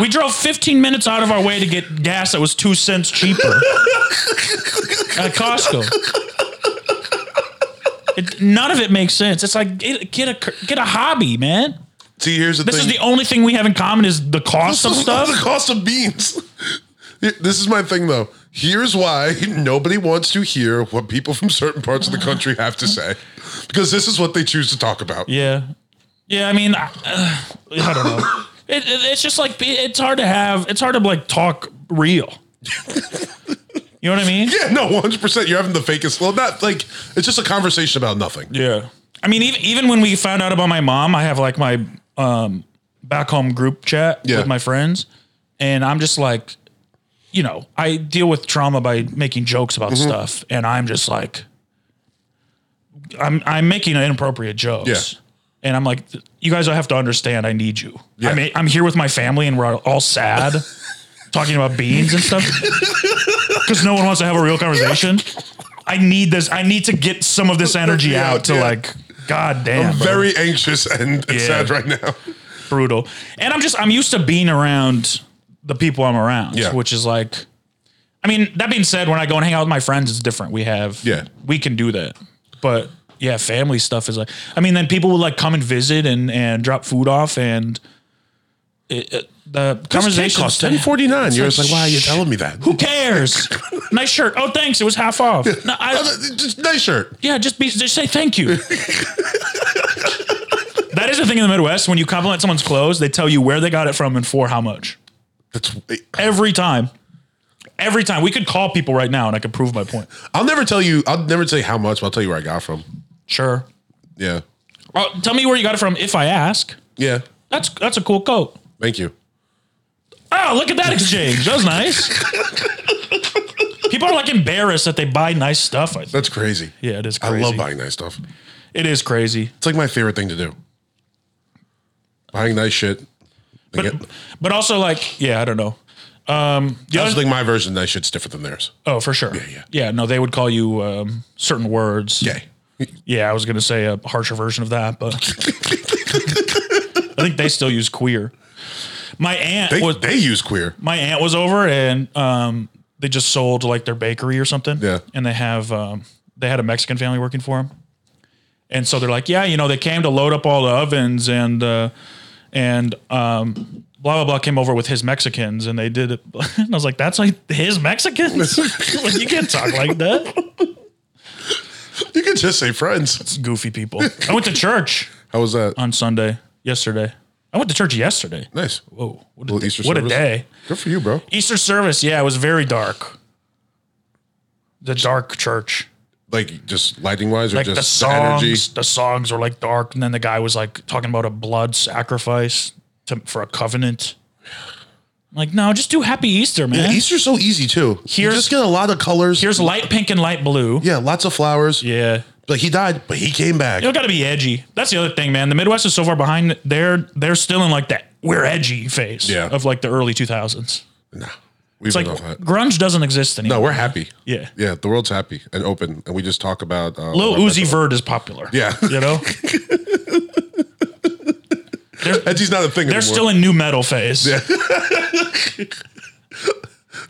Speaker 5: We drove fifteen minutes out of our way to get gas that was two cents cheaper at Costco. It, none of it makes sense. It's like get, get a cur- get a hobby, man.
Speaker 3: See, here's the
Speaker 5: This
Speaker 3: thing.
Speaker 5: is the only thing we have in common is the cost of
Speaker 3: This is
Speaker 5: stuff.
Speaker 3: the cost of beans. This is my thing, though. Here's why nobody wants to hear what people from certain parts of the country have to say, because this is what they choose to talk about.
Speaker 5: Yeah, yeah. I mean, I, uh, I don't know. It, it- it's just like it's hard to have. It's hard to like talk real. you know what I mean?
Speaker 3: Yeah, no, 100%. You're having the fakest. Well, not like it's just a conversation about nothing.
Speaker 5: Yeah. I mean, even even when we found out about my mom, I have like my um back home group chat
Speaker 3: Yeah.
Speaker 5: with my friends, and I'm just like, you know, I deal with trauma by making jokes about
Speaker 3: Mm-hmm.
Speaker 5: stuff, and I'm just like, I'm I'm making inappropriate jokes.
Speaker 3: Yeah.
Speaker 5: And I'm like, you guys, I have to understand. I need you.
Speaker 3: Yeah.
Speaker 5: I mean, I'm here with my family, and we're all sad, talking about beans and stuff, because no one wants to have a real conversation. I need this. I need to get some of this energy
Speaker 3: Yeah,
Speaker 5: out to
Speaker 3: yeah.
Speaker 5: like, god damn,
Speaker 3: I'm
Speaker 5: bro.
Speaker 3: very anxious and, and
Speaker 5: Yeah.
Speaker 3: sad right now.
Speaker 5: brutal. And I'm just, I'm used to being around the people I'm around,
Speaker 3: Yeah.
Speaker 5: which is like, I mean, that being said, when I go and hang out with my friends, it's different. We have,
Speaker 3: Yeah.
Speaker 5: we can do that. But yeah, family stuff is like, I mean, then people will like come and visit and and drop food off and. It, it, the conversation
Speaker 3: cost $10.49. You're just like, why are you telling me that?
Speaker 5: Who cares? nice shirt. Oh, thanks. It was half off. No, I,
Speaker 3: Just nice shirt.
Speaker 5: yeah, just be just say thank you. that is the thing in the Midwest. When you compliment someone's clothes, they tell you where they got it from and for how much.
Speaker 3: That's,
Speaker 5: Every time. Every time. We could call people right now and I could prove my point.
Speaker 3: I'll never tell you. I'll never tell you how much. But I'll tell you where I got from.
Speaker 5: Sure.
Speaker 3: Yeah,
Speaker 5: Oh, tell me where you got it from if I ask.
Speaker 3: yeah.
Speaker 5: That's that's a cool coat.
Speaker 3: Thank you.
Speaker 5: Oh, look at that exchange. That was nice. people are like embarrassed that they buy nice stuff. I-
Speaker 3: That's crazy.
Speaker 5: Yeah, it is
Speaker 3: I
Speaker 5: crazy.
Speaker 3: love buying nice stuff.
Speaker 5: It is crazy.
Speaker 3: It's like my favorite thing to do. Buying nice shit. But,
Speaker 5: But, but also like, yeah, I don't know. Um, the
Speaker 3: I
Speaker 5: other-
Speaker 3: just think my version of nice shit's different than theirs.
Speaker 5: Oh, for sure. Yeah,
Speaker 3: yeah.
Speaker 5: no, they would call you um, certain words.
Speaker 3: Gay.
Speaker 5: Yeah, I was going to say a harsher version of that, but I think they still use queer. My aunt
Speaker 3: They,
Speaker 5: was
Speaker 3: they use queer.
Speaker 5: my aunt was over and um, they just sold like their bakery or something.
Speaker 3: Yeah.
Speaker 5: And they have um, they had a Mexican family working for him, and so they're like, yeah, you know, they came to load up all the ovens and uh, and um, blah blah blah came over with his Mexicans and they did it. and I was like, that's like his Mexicans. like, you can't talk like that.
Speaker 3: You can just say friends.
Speaker 5: It's goofy people. I went to church
Speaker 3: How was that?
Speaker 5: on Sunday yesterday. I went to church yesterday.
Speaker 3: Nice.
Speaker 5: Whoa, what a,
Speaker 3: Little
Speaker 5: day-
Speaker 3: Easter
Speaker 5: what a
Speaker 3: service.
Speaker 5: day!
Speaker 3: Good for you, bro.
Speaker 5: Easter service, yeah, it was very dark. The dark church.
Speaker 3: Like just lighting wise, or
Speaker 5: like
Speaker 3: just
Speaker 5: the songs, the, songs were like dark, and then the guy was like talking about a blood sacrifice to, for a covenant. I'm like, no, just do Happy Easter, man.
Speaker 3: Yeah, Easter's so easy too. you
Speaker 5: Here's-
Speaker 3: just get a lot of colors.
Speaker 5: Here's light pink and light blue.
Speaker 3: yeah, lots of flowers.
Speaker 5: Yeah,
Speaker 3: Like he died, but he came back.
Speaker 5: you got to be edgy. That's the other thing, man. The Midwest is so far behind. They're they're still in like that we're edgy phase
Speaker 3: Yeah.
Speaker 5: of like the early 2000s.
Speaker 3: Nah, we've
Speaker 5: It's like
Speaker 3: been off that.
Speaker 5: grunge doesn't exist anymore.
Speaker 3: No, we're happy.
Speaker 5: Yeah.
Speaker 3: yeah. The world's happy and open, and we just talk about uh,
Speaker 5: Lil
Speaker 3: about
Speaker 5: Uzi
Speaker 3: mental-
Speaker 5: Vert is popular.
Speaker 3: Yeah.
Speaker 5: You know? they're
Speaker 3: Edgy's not a thing
Speaker 5: they're
Speaker 3: anymore.
Speaker 5: still in new metal phase. Yeah.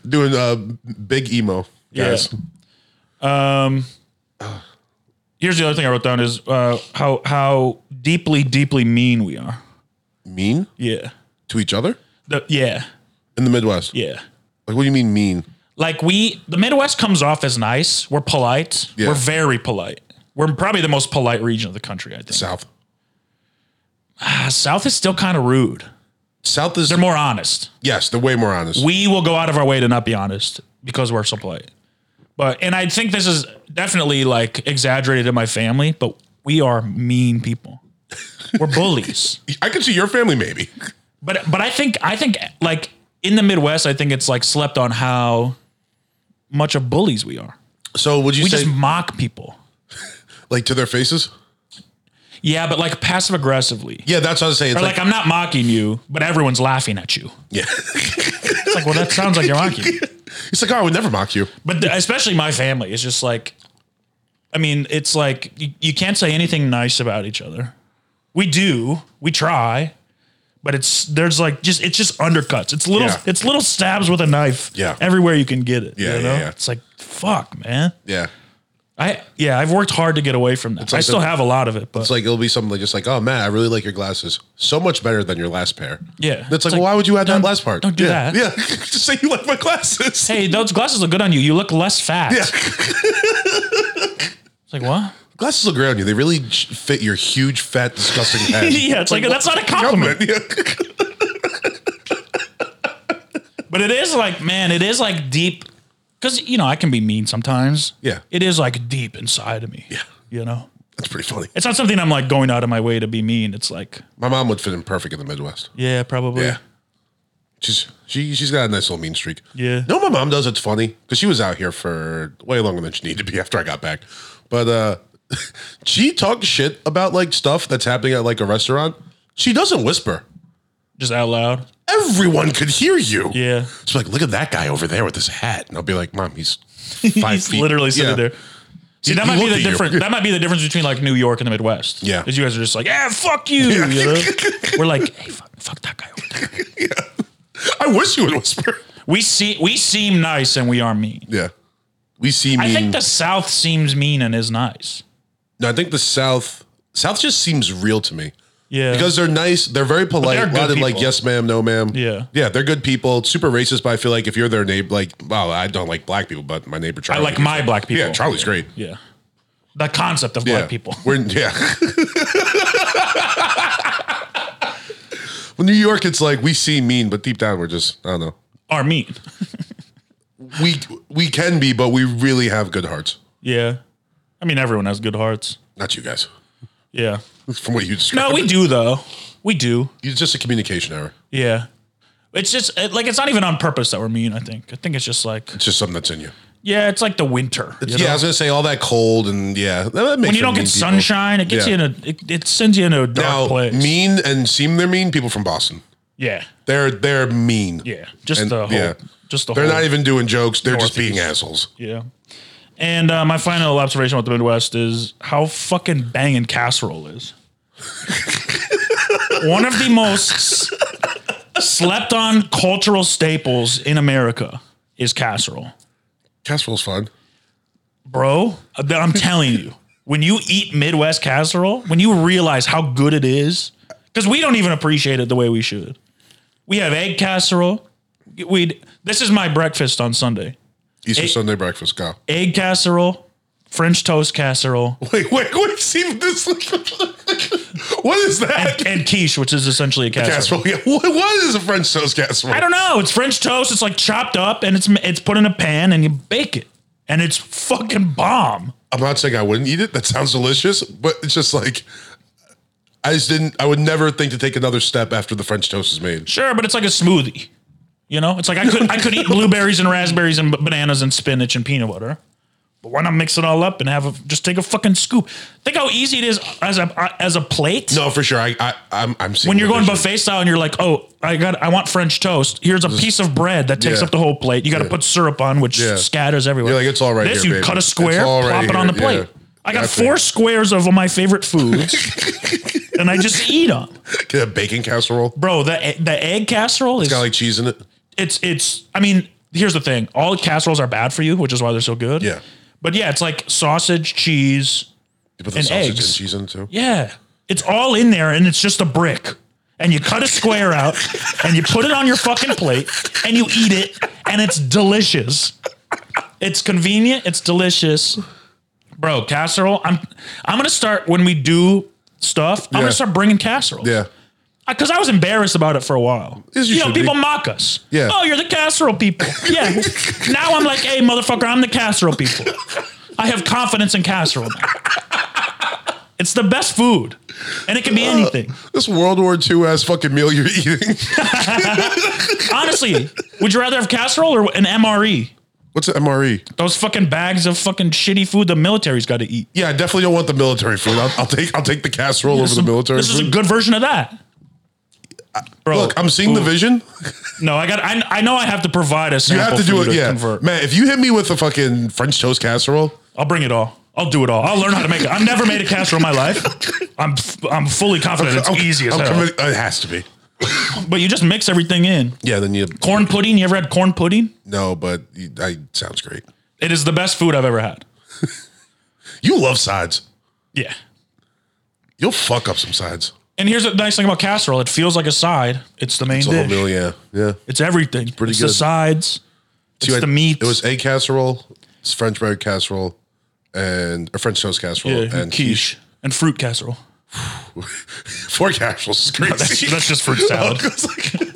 Speaker 3: doing uh, big emo. Guys.
Speaker 5: Um, here's the other thing I wrote down is uh, how how deeply deeply mean we are.
Speaker 3: mean
Speaker 5: Yeah.
Speaker 3: to each other
Speaker 5: The, yeah.
Speaker 3: in the Midwest.
Speaker 5: Yeah.
Speaker 3: Like, what do you mean mean?
Speaker 5: Like we the Midwest comes off as nice. We're polite.
Speaker 3: Yeah.
Speaker 5: We're very polite. We're probably the most polite region of the country, I think.
Speaker 3: South.
Speaker 5: Ah, South is still kind of rude.
Speaker 3: South is
Speaker 5: They're more honest.
Speaker 3: yes, they're way more honest.
Speaker 5: we will go out of our way to not be honest because we're so polite. But and I think this is definitely like exaggerated in my family, but we are mean people. We're bullies.
Speaker 3: I could see your family maybe.
Speaker 5: but but I think I think like in the Midwest, I think it's like slept on how much of bullies we are.
Speaker 3: So would you
Speaker 5: We
Speaker 3: say
Speaker 5: just mock people.
Speaker 3: like to their faces?
Speaker 5: Yeah, but like passive aggressively.
Speaker 3: Yeah, that's what I was saying. It's
Speaker 5: Or
Speaker 3: like,
Speaker 5: like I'm not mocking you, but everyone's laughing at you.
Speaker 3: yeah,
Speaker 5: It's like, well, that sounds like you're mocking. me.
Speaker 3: it's like oh, I would never mock you.
Speaker 5: But the, especially my family is just like, I mean, it's like you, you can't say anything nice about each other. We do, we try, but it's there's like just it's just undercuts. It's little
Speaker 3: Yeah.
Speaker 5: it's little stabs with a knife.
Speaker 3: Yeah.
Speaker 5: everywhere you can get it.
Speaker 3: Yeah,
Speaker 5: you
Speaker 3: yeah,
Speaker 5: know?
Speaker 3: yeah.
Speaker 5: It's like fuck, man.
Speaker 3: Yeah,
Speaker 5: I yeah, I've worked hard to get away from that. I
Speaker 3: like
Speaker 5: still
Speaker 3: the-
Speaker 5: have a lot of it, but
Speaker 3: it's like it'll be something like just like oh man, I really like your glasses so much better than your last pair.
Speaker 5: Yeah.
Speaker 3: it's, like,
Speaker 5: It's
Speaker 3: well,
Speaker 5: like,
Speaker 3: why would you add that
Speaker 5: don't-
Speaker 3: last part?
Speaker 5: don't do
Speaker 3: yeah.
Speaker 5: that.
Speaker 3: Yeah, just say you like my glasses.
Speaker 5: hey, those glasses look good on you. You look less fat.
Speaker 3: Yeah.
Speaker 5: it's like what?
Speaker 3: Glasses look great on you. They really j- fit your huge, fat, disgusting head.
Speaker 5: yeah, it's like, that's not a compliment.
Speaker 3: Yeah.
Speaker 5: But it is like, man, it is like deep. Cause you know, I can be mean sometimes.
Speaker 3: Yeah.
Speaker 5: It is like deep inside of me. Yeah. You know?
Speaker 3: That's pretty funny.
Speaker 5: It's not something I'm like going out of my way to be mean. It's like,
Speaker 3: My mom would fit in perfect in the Midwest.
Speaker 5: yeah, probably.
Speaker 3: Yeah. She's she she's got a nice little mean streak.
Speaker 5: Yeah.
Speaker 3: No, my mom does. It's funny because she was out here for way longer than she needed to be after I got back. But uh she talks shit about like stuff that's happening at like a restaurant. She doesn't whisper.
Speaker 5: Just out loud.
Speaker 3: Everyone could hear you.
Speaker 5: Yeah.
Speaker 3: She's like, look at that guy over there with his hat. And I'll be like, Mom, he's five
Speaker 5: He's
Speaker 3: feet.
Speaker 5: literally sitting
Speaker 3: Yeah.
Speaker 5: there. See, that
Speaker 3: he
Speaker 5: might be
Speaker 3: looked
Speaker 5: the
Speaker 3: at you.
Speaker 5: difference. That might be the difference between like New York and the Midwest.
Speaker 3: Yeah.
Speaker 5: Is you guys are just like, yeah, fuck you. you know? We're like, hey, fuck, fuck that guy over there.
Speaker 3: I wish you would whisper.
Speaker 5: We see we seem nice and we are mean.
Speaker 3: Yeah. We see mean.
Speaker 5: I think the South seems mean and is nice.
Speaker 3: no, I think the South South just seems real to me.
Speaker 5: Yeah.
Speaker 3: Because they're nice, they're very polite.
Speaker 5: they're
Speaker 3: a lot
Speaker 5: good
Speaker 3: of like
Speaker 5: people.
Speaker 3: yes ma'am, no ma'am.
Speaker 5: Yeah.
Speaker 3: Yeah, they're good people. Super racist, but I feel like if you're their neighbor like wow, I don't like black people, but my neighbor
Speaker 5: I
Speaker 3: Charlie.
Speaker 5: like my black people.
Speaker 3: Yeah, Charlie's great.
Speaker 5: Yeah. The concept of
Speaker 3: Yeah.
Speaker 5: black people.
Speaker 3: We're yeah. well, New York, it's like we seem mean, but deep down we're just I don't know.
Speaker 5: are mean.
Speaker 3: We we can be, but we really have good hearts.
Speaker 5: Yeah. I mean, everyone has good hearts.
Speaker 3: Not you guys.
Speaker 5: Yeah.
Speaker 3: From what you described.
Speaker 5: No, we do, though. We do.
Speaker 3: it's just a communication error.
Speaker 5: Yeah. It's just it- like, it's not even on purpose that we're mean, I think. I think it's just like,
Speaker 3: It's just something that's in you.
Speaker 5: yeah, it's like the winter. you
Speaker 3: yeah,
Speaker 5: know?
Speaker 3: I was gonna say all that cold and yeah, that- that makes
Speaker 5: When you
Speaker 3: for
Speaker 5: don't
Speaker 3: mean
Speaker 5: get
Speaker 3: people.
Speaker 5: sunshine, it gets
Speaker 3: Yeah.
Speaker 5: you in a, it, it sends you into a dark
Speaker 3: Now,
Speaker 5: place.
Speaker 3: mean and seem they're mean people from Boston.
Speaker 5: Yeah.
Speaker 3: They're they're mean.
Speaker 5: Yeah. Just
Speaker 3: And-
Speaker 5: the whole,
Speaker 3: yeah.
Speaker 5: just the
Speaker 3: They're
Speaker 5: whole.
Speaker 3: not even doing jokes. They're just being
Speaker 5: Northeast.
Speaker 3: assholes.
Speaker 5: yeah. And uh, my final observation about the Midwest is how fucking banging casserole is. One of the most slept on cultural staples in America is casserole.
Speaker 3: Casserole's fun.
Speaker 5: bro. I'm telling you, when you eat Midwest casserole, when you realize how good it is, because we don't even appreciate it the way we should. We have egg casserole. We this is my breakfast on Sunday:
Speaker 3: Easter Sunday breakfast. Go.
Speaker 5: egg casserole, French toast casserole,
Speaker 3: Wait, wait, wait. See this. what is that?
Speaker 5: and, and quiche, which is essentially a casserole.
Speaker 3: Casserole. Yeah. What, what is a French toast casserole?
Speaker 5: I don't know. It's French toast. It's like chopped up and it's it's put in a pan and you bake it, and it's fucking bomb.
Speaker 3: I'm not saying I wouldn't eat it. That sounds delicious, but it's just like I just didn't. I would never think to take another step after the French toast is made.
Speaker 5: Sure, but it's like a smoothie. You know, it's like I could I could eat blueberries and raspberries and b- bananas and spinach and peanut butter, but why not mix it all up and have a just take a fucking scoop? Think how easy it is as a as a plate.
Speaker 3: No, for sure. I, I I'm I'm seeing
Speaker 5: When you're
Speaker 3: the
Speaker 5: going
Speaker 3: vision.
Speaker 5: buffet style and you're like, oh, I got, I want French toast. Here's a piece of bread that takes
Speaker 3: yeah.
Speaker 5: up the whole plate. You got to put syrup on, which
Speaker 3: Yeah.
Speaker 5: scatters everywhere.
Speaker 3: You're like, it's all right
Speaker 5: This
Speaker 3: here,
Speaker 5: you
Speaker 3: baby.
Speaker 5: cut a
Speaker 3: It's
Speaker 5: square,
Speaker 3: all
Speaker 5: plop
Speaker 3: right
Speaker 5: it on the
Speaker 3: here,
Speaker 5: plate.
Speaker 3: yeah.
Speaker 5: I got
Speaker 3: Gotcha.
Speaker 5: four squares of my favorite foods, and I just eat them,
Speaker 3: Get a bacon casserole.
Speaker 5: bro. The e- the egg casserole is
Speaker 3: Got like cheese in it.
Speaker 5: it's it's I mean, here's the thing. All casseroles are bad for you, which is why they're so good.
Speaker 3: Yeah.
Speaker 5: But yeah, it's like sausage, cheese.
Speaker 3: You put the
Speaker 5: And
Speaker 3: sausage
Speaker 5: eggs.
Speaker 3: and cheese in it too.
Speaker 5: Yeah. It's all in there and it's just a brick. And you cut a square out and you put it on your fucking plate and you eat it and it's delicious. It's convenient, it's delicious. Bro, casserole. I'm I'm going to start when we do stuff. I'm
Speaker 3: Yeah.
Speaker 5: going to start bringing casseroles
Speaker 3: Yeah.
Speaker 5: because I was embarrassed about it for a while.
Speaker 3: As you
Speaker 5: know,
Speaker 3: should be.
Speaker 5: people mock us.
Speaker 3: Yeah.
Speaker 5: Oh, you're the casserole people. Yeah. now I'm like, hey, motherfucker, I'm the casserole people. I have confidence in casserole. Now. It's the best food, and it can
Speaker 3: Uh,
Speaker 5: be anything.
Speaker 3: This World War II ass fucking meal you're eating.
Speaker 5: Honestly, would you rather have casserole or an MRE?
Speaker 3: What's an MRE?
Speaker 5: Those fucking bags of fucking shitty food the military's got to eat.
Speaker 3: Yeah, I definitely don't want the military food. I'll, I'll take I'll take the casserole over the military
Speaker 5: This is a
Speaker 3: food.
Speaker 5: good version of that. Bro,
Speaker 3: Look, I'm seeing the vision.
Speaker 5: no, I got. I, I know I have to provide a
Speaker 3: You
Speaker 5: sample.
Speaker 3: have to
Speaker 5: for
Speaker 3: do
Speaker 5: you
Speaker 3: it. Yeah,
Speaker 5: convert.
Speaker 3: man. If you hit me with a fucking French toast casserole,
Speaker 5: I'll bring it all. I'll do it all. I'll learn how to make it. I've never made a casserole in my life. I'm f- I'm fully confident it's
Speaker 3: I'm-
Speaker 5: easy as
Speaker 3: I'm
Speaker 5: hell.
Speaker 3: committing- It has to be.
Speaker 5: But you just mix everything in.
Speaker 3: Yeah, then you
Speaker 5: Corn pudding. You ever had corn pudding?
Speaker 3: No, but you, I sounds great.
Speaker 5: It is the best food I've ever had.
Speaker 3: You love sides.
Speaker 5: Yeah.
Speaker 3: You'll fuck up some sides.
Speaker 5: And here's the nice thing about casserole. It feels like a side. It's the main
Speaker 3: It's a whole
Speaker 5: dish.
Speaker 3: meal, yeah, yeah.
Speaker 5: It's everything. It's,
Speaker 3: pretty
Speaker 5: the
Speaker 3: good.
Speaker 5: sides. It's
Speaker 3: You had-
Speaker 5: the meat.
Speaker 3: It was egg casserole, it's French bread casserole, and or French toast
Speaker 5: yeah,
Speaker 3: casserole and
Speaker 5: quiche.
Speaker 3: quiche.
Speaker 5: and fruit casserole.
Speaker 3: Four casseroles is crazy.
Speaker 5: That's, that's just fruit salad.
Speaker 3: It's like-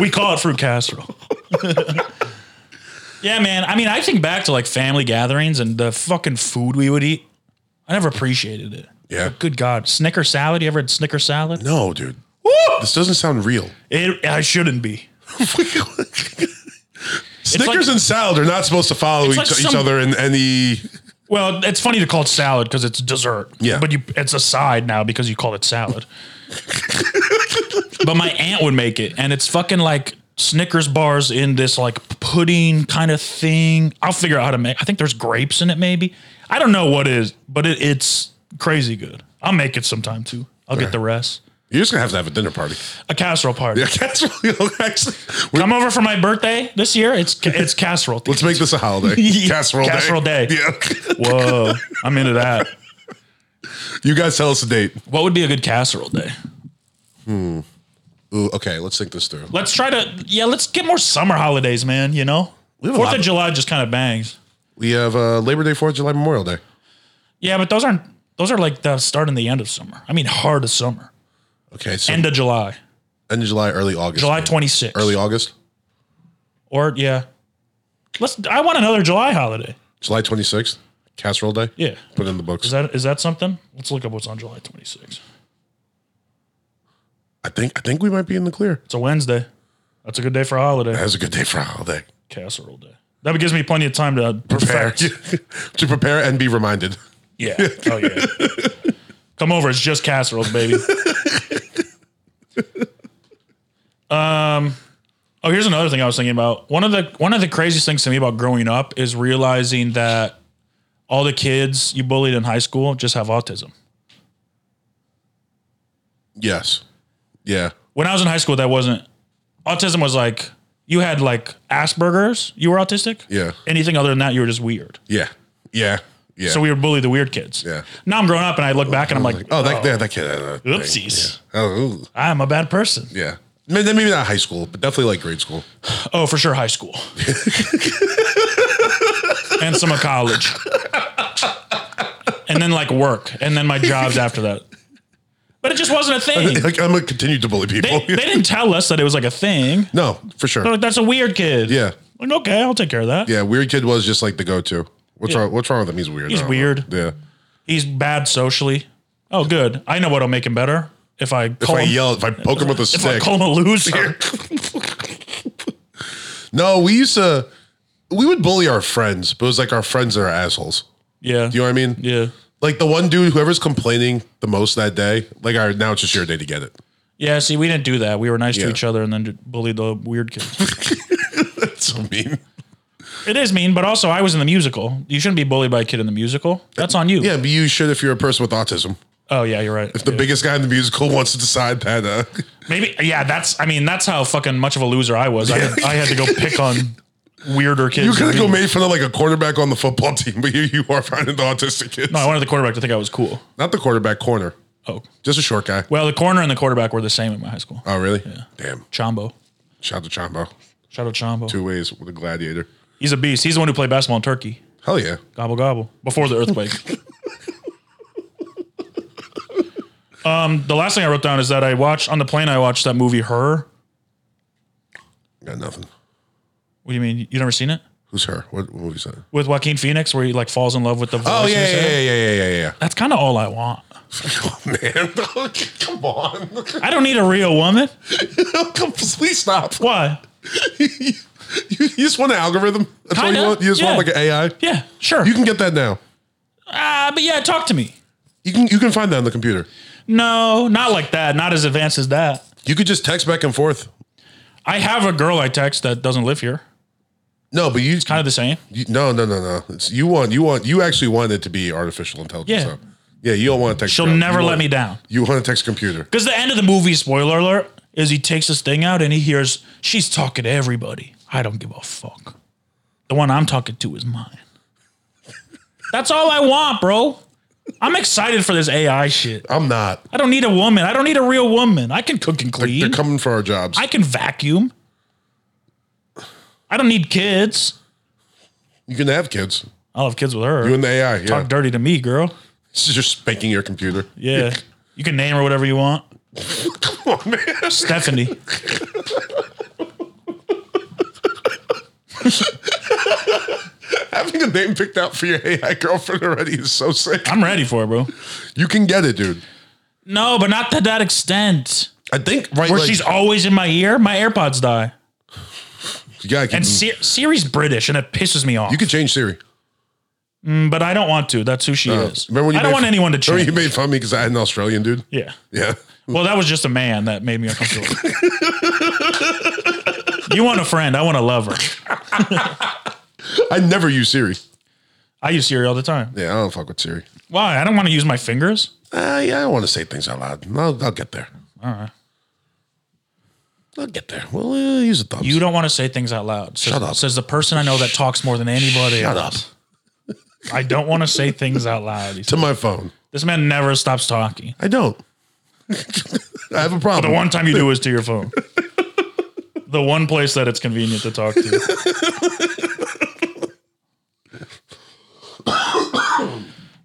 Speaker 5: we call it fruit casserole. yeah, man. I mean, I think back to like family gatherings and the fucking food we would eat. I never appreciated it.
Speaker 3: yeah.
Speaker 5: Good God, Snicker salad. You ever had Snicker salad?
Speaker 3: No, dude. This doesn't sound real.
Speaker 5: It, I shouldn't be.
Speaker 3: Snickers
Speaker 5: like-
Speaker 3: and salad are not supposed to follow each,
Speaker 5: like
Speaker 3: each
Speaker 5: some-
Speaker 3: other in any.
Speaker 5: Well, it's funny to call it salad because it's dessert.
Speaker 3: Yeah.
Speaker 5: but you, it's a side now because you call it salad. but my aunt would make it, and it's fucking like Snickers bars in this like pudding kind of thing. I'll figure out how to make. I think there's grapes in it, maybe. I don't know what is, but it, it's crazy good. I'll make it sometime too. I'll get the rest.
Speaker 3: You're just gonna have to have a dinner party.
Speaker 5: A casserole party.
Speaker 3: Yeah, casserole. Actually, we-
Speaker 5: Come over for my birthday this year. It's ca- it's casserole.
Speaker 3: let's make this a holiday.
Speaker 5: Yeah,
Speaker 3: Casserole,
Speaker 5: casserole day.
Speaker 3: Yeah.
Speaker 5: Whoa, I'm into that.
Speaker 3: you guys tell us a date.
Speaker 5: What would be a good casserole day?
Speaker 3: Ooh, okay, let's think this through.
Speaker 5: Let's try to yeah. Let's get more summer holidays, man. You know,
Speaker 3: have a
Speaker 5: Fourth
Speaker 3: lot
Speaker 5: of
Speaker 3: of-
Speaker 5: July just kind of bangs.
Speaker 3: We have uh, Labor Day, Fourth of July, Memorial Day.
Speaker 5: Yeah, but those aren't those are like the start and the end of summer. I mean, hard of summer,
Speaker 3: Okay, so
Speaker 5: end
Speaker 3: end of,
Speaker 5: of July,
Speaker 3: July, early August.
Speaker 5: July twenty sixth,
Speaker 3: Early August,
Speaker 5: or yeah. Let's. I want another July holiday.
Speaker 3: July twenty sixth, Casserole Day.
Speaker 5: Yeah,
Speaker 3: Put it in the books.
Speaker 5: is that is that something? Let's look up what's on July twenty sixth.
Speaker 3: I think I think we might be in the clear.
Speaker 5: It's a Wednesday. That's a good day for a holiday.
Speaker 3: That was a good day for a holiday.
Speaker 5: Casserole day. That gives me plenty of time to
Speaker 3: Prepare
Speaker 5: perfect.
Speaker 3: to prepare and be reminded.
Speaker 5: Yeah. Oh yeah. Come over. It's just casseroles, baby. um. Oh, here's another thing I was thinking about. One of the one of the craziest things to me about growing up is realizing that all the kids you bullied in high school just have autism.
Speaker 3: Yes. Yeah.
Speaker 5: When I was in high school, that wasn't autism was like you had like Asperger's, you were autistic.
Speaker 3: Yeah.
Speaker 5: Anything other than that, you were just weird.
Speaker 3: Yeah. Yeah. Yeah.
Speaker 5: So we would bully the weird kids.
Speaker 3: Yeah.
Speaker 5: Now I'm grown up and I look back and I'm like,
Speaker 3: oh, that, yeah, that kid. uh, thing.
Speaker 5: Oopsies.
Speaker 3: Yeah. Oh, ooh.
Speaker 5: I'm a bad person.
Speaker 3: yeah. May- Maybe, not high school, but definitely like grade school.
Speaker 5: Oh, for sure, high school. and some of college. And then like work. And then my jobs after that. But it just wasn't a thing.
Speaker 3: like I'm gonna continue to bully
Speaker 5: They,
Speaker 3: people.
Speaker 5: they didn't tell us that it was like a thing.
Speaker 3: no, for
Speaker 5: They're
Speaker 3: sure.
Speaker 5: like, that's a weird kid.
Speaker 3: Yeah.
Speaker 5: Like, okay, I'll take care of that.
Speaker 3: Yeah. Weird kid was just like the go-to. What's wrong? What's wrong with him? He's weird.
Speaker 5: He's
Speaker 3: I don't know.
Speaker 5: weird.
Speaker 3: Yeah.
Speaker 5: He's bad socially. Oh, good. I know what'll make him better. If I
Speaker 3: If
Speaker 5: call
Speaker 3: I
Speaker 5: him,
Speaker 3: yell, if I poke him with a
Speaker 5: if I
Speaker 3: stick.
Speaker 5: call him a loser.
Speaker 3: no, we used to. We would bully our friends, but it was like our friends are assholes.
Speaker 5: Yeah.
Speaker 3: You know what I mean?
Speaker 5: yeah.
Speaker 3: Like the one dude, whoever's complaining the most that day, like, all right, now it's just your day to get it.
Speaker 5: Yeah. See, we didn't do that. We were nice
Speaker 3: Yeah.
Speaker 5: to each other and then bullied the weird kids.
Speaker 3: That's so mean.
Speaker 5: it is mean, but also I was in the musical. You shouldn't be bullied by a kid in the musical. That's on you.
Speaker 3: Yeah, but you should if you're a person with autism.
Speaker 5: Oh yeah, you're right.
Speaker 3: The biggest guy in the musical wants to decide that. Uh,
Speaker 5: Maybe. Yeah. That's. I mean, that's how fucking much of a loser I was. I, had, I had to go pick on weirder kids.
Speaker 3: you could have
Speaker 5: than
Speaker 3: go
Speaker 5: me.
Speaker 3: made fun of like a quarterback on the football team, but here you are finding the autistic kids.
Speaker 5: No, I wanted the quarterback to think I was cool.
Speaker 3: Not the quarterback, corner.
Speaker 5: Oh.
Speaker 3: Just a short guy.
Speaker 5: Well, the corner and the quarterback were the same in my high school.
Speaker 3: Oh, really? Damn.
Speaker 5: Chombo.
Speaker 3: Shout out to Chombo.
Speaker 5: Shout out Chombo.
Speaker 3: Two ways with a gladiator.
Speaker 5: He's a beast. He's the one who played basketball in Turkey.
Speaker 3: Hell yeah.
Speaker 5: Gobble gobble. Before the earthquake. um, the last thing I wrote down is that I watched on the plane. I watched that movie Her.
Speaker 3: Got nothing.
Speaker 5: What do you mean? You never seen it
Speaker 3: Who's her? What, what movie's that?
Speaker 5: with Joaquin Phoenix, where he like falls in love with the voice.
Speaker 3: Oh,
Speaker 5: in
Speaker 3: yeah,
Speaker 5: his
Speaker 3: yeah,
Speaker 5: head?
Speaker 3: yeah, yeah, yeah, yeah, yeah.
Speaker 5: That's kind of all I want.
Speaker 3: Oh, man. Come on.
Speaker 5: I don't need a real woman.
Speaker 3: Come, please stop.
Speaker 5: Why?
Speaker 3: you, you just want an algorithm? That's all
Speaker 5: Kinda,
Speaker 3: you want? You just
Speaker 5: yeah.
Speaker 3: want like an AI?
Speaker 5: Yeah, sure.
Speaker 3: You can get that now.
Speaker 5: Ah, but yeah, talk to me.
Speaker 3: You can you can find that on the computer.
Speaker 5: No, not like that. Not as advanced as that.
Speaker 3: You could just text back and forth.
Speaker 5: I have a girl I text that doesn't live here.
Speaker 3: No, but you,
Speaker 5: Kind of the same.
Speaker 3: you- no no no no. It's, you want you want you actually want it to be artificial intelligence.
Speaker 5: Yeah.
Speaker 3: So. Yeah, you don't want to text.
Speaker 5: She'll
Speaker 3: your-
Speaker 5: never
Speaker 3: you
Speaker 5: let
Speaker 3: want-
Speaker 5: me down.
Speaker 3: You want to text computer.
Speaker 5: Because the end of the movie, spoiler alert, is he takes this thing out and he hears she's talking to everybody. I don't give a fuck. The one I'm talking to is mine. That's all I want, bro. I'm excited for this AI shit.
Speaker 3: I'm not.
Speaker 5: I don't need a woman. I don't need a real woman. I can cook and
Speaker 3: They're, they're
Speaker 5: clean.
Speaker 3: coming for our jobs.
Speaker 5: I can vacuum. I don't need kids.
Speaker 3: you can have kids.
Speaker 5: I'll have kids with her.
Speaker 3: You and the AI. Yeah.
Speaker 5: Talk dirty to me, girl.
Speaker 3: This is just spanking your computer.
Speaker 5: Yeah. You can name her whatever you want.
Speaker 3: Come on, man.
Speaker 5: Stephanie.
Speaker 3: Having a name picked out for your AI girlfriend already is so sick.
Speaker 5: I'm ready for it, bro.
Speaker 3: You can get it, dude.
Speaker 5: No, but not to that extent.
Speaker 3: I think right.
Speaker 5: Where
Speaker 3: like,
Speaker 5: she's always in my ear, my AirPods die.
Speaker 3: you gotta keep-
Speaker 5: And Sir- Siri's British, and it pisses me off.
Speaker 3: Mm. you can change Siri.
Speaker 5: but I don't want to. That's who she is.
Speaker 3: Uh, Remember when you
Speaker 5: I don't
Speaker 3: made-
Speaker 5: want anyone to
Speaker 3: Remember
Speaker 5: change.
Speaker 3: you made fun of me because I had an Australian dude.
Speaker 5: yeah.
Speaker 3: Yeah.
Speaker 5: Well, that was just a man that made me uncomfortable. you want a friend? I want a lover.
Speaker 3: I never use Siri.
Speaker 5: I use Siri all the time.
Speaker 3: Yeah, I don't fuck with Siri.
Speaker 5: Why? I don't want to use my fingers.
Speaker 3: Uh, yeah, I want to say things out loud. I'll, I'll get there. All
Speaker 5: right.
Speaker 3: I'll get there. Well, uh, use a thumbs.
Speaker 5: You don't want to say things out loud. Says,
Speaker 3: Shut up.
Speaker 5: Says the person I know that talks more than anybody.
Speaker 3: Shut up.
Speaker 5: else. I don't want to say things out loud. He said,
Speaker 3: To my phone.
Speaker 5: This man never stops talking.
Speaker 3: I don't. I have a
Speaker 5: The
Speaker 3: problem.
Speaker 5: one time you do is to your phone. the one place that it's convenient to talk to.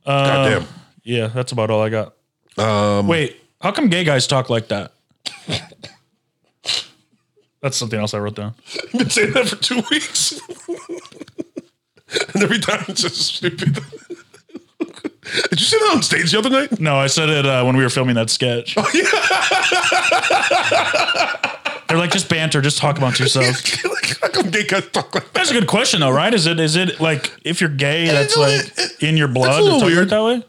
Speaker 3: Goddamn.
Speaker 5: Yeah, that's about all I got.
Speaker 3: Um,
Speaker 5: Wait, how come gay guys talk like that? That's something else I wrote down.
Speaker 3: I've been saying that for two weeks. and every time it's just stupid. Did you see that on stage the other night?
Speaker 5: No, I said it uh, when we were filming that sketch.
Speaker 3: Oh,
Speaker 5: They're like just banter, just talk amongst yourselves.
Speaker 3: How come gay guys talk like that?
Speaker 5: That's a good question though, right? Is it is it like if you're gay, that's
Speaker 3: know,
Speaker 5: like
Speaker 3: it-
Speaker 5: in your blood?
Speaker 3: a little
Speaker 5: to talk
Speaker 3: weird.
Speaker 5: that way.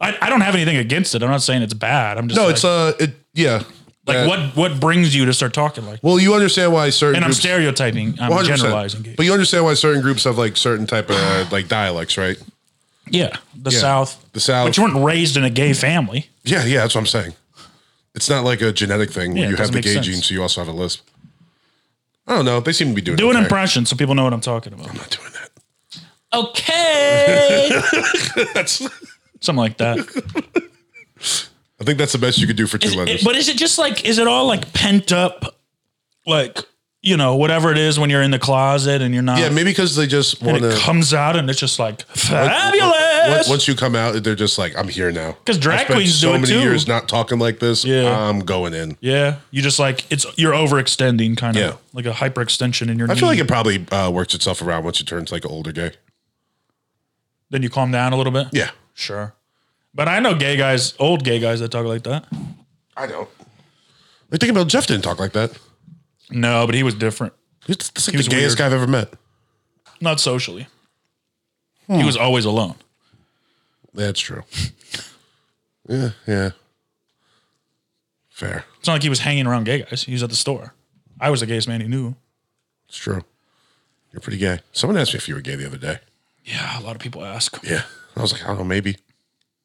Speaker 5: I, I don't have anything against it. I'm not saying it's bad. I'm just
Speaker 3: No,
Speaker 5: like,
Speaker 3: it's uh, it yeah.
Speaker 5: like
Speaker 3: Uh,
Speaker 5: what what brings you to start talking like?
Speaker 3: Well, you understand why certain
Speaker 5: And I'm
Speaker 3: groups,
Speaker 5: stereotyping. I'm
Speaker 3: 100%.
Speaker 5: generalizing. Gay.
Speaker 3: But you understand why certain groups have like certain type of uh, like dialects, right?
Speaker 5: yeah, the South.
Speaker 3: The South.
Speaker 5: But you weren't raised in a gay family.
Speaker 3: Yeah, yeah, that's what I'm saying. It's not like a genetic thing where
Speaker 5: Yeah, it
Speaker 3: you have
Speaker 5: doesn't
Speaker 3: the
Speaker 5: make
Speaker 3: gay
Speaker 5: sense.
Speaker 3: gene, so you also have a lisp. I don't know. They seem to be doing
Speaker 5: Do an
Speaker 3: okay.
Speaker 5: impression so people know what I'm talking about.
Speaker 3: I'm not doing that.
Speaker 5: Okay.
Speaker 3: That's.
Speaker 5: Something like that.
Speaker 3: I think that's the best you could do for two
Speaker 5: Is it-
Speaker 3: letters.
Speaker 5: but is it just like, is it all like pent up, like, you know, whatever it is when you're in the closet and you're not,
Speaker 3: yeah, maybe because they just
Speaker 5: and
Speaker 3: want
Speaker 5: it
Speaker 3: to.
Speaker 5: comes out and it's just like
Speaker 3: Once,
Speaker 5: fabulous.
Speaker 3: once you come out, they're just like, "I'm here now."
Speaker 5: 'Cause drag
Speaker 3: I spent
Speaker 5: queens
Speaker 3: so
Speaker 5: do it
Speaker 3: many
Speaker 5: too.
Speaker 3: years not talking like this.
Speaker 5: Yeah.
Speaker 3: I'm going in.
Speaker 5: yeah. You just like, it's, you're overextending kind of
Speaker 3: Yeah.
Speaker 5: like a hyperextension in your
Speaker 3: I
Speaker 5: knee.
Speaker 3: feel like it probably uh, works itself around once you turn to like an older gay.
Speaker 5: then you calm down a little bit.
Speaker 3: Yeah,
Speaker 5: Sure. But I know gay guys, old gay guys that talk like that.
Speaker 3: I know. Like think about Jeff didn't talk like that.
Speaker 5: No, but he was different.
Speaker 3: He's that's like
Speaker 5: was
Speaker 3: the gayest
Speaker 5: weird.
Speaker 3: guy I've ever met.
Speaker 5: Not socially. He
Speaker 3: Hmm.
Speaker 5: was always alone.
Speaker 3: That's true. yeah, yeah. Fair.
Speaker 5: It's not like he was hanging around gay guys. He was at the store. I was the gayest man he knew.
Speaker 3: It's true. You're pretty gay. Someone asked me if you were gay the other day.
Speaker 5: Yeah, a lot of people ask.
Speaker 3: Yeah. I was like, I don't know, maybe.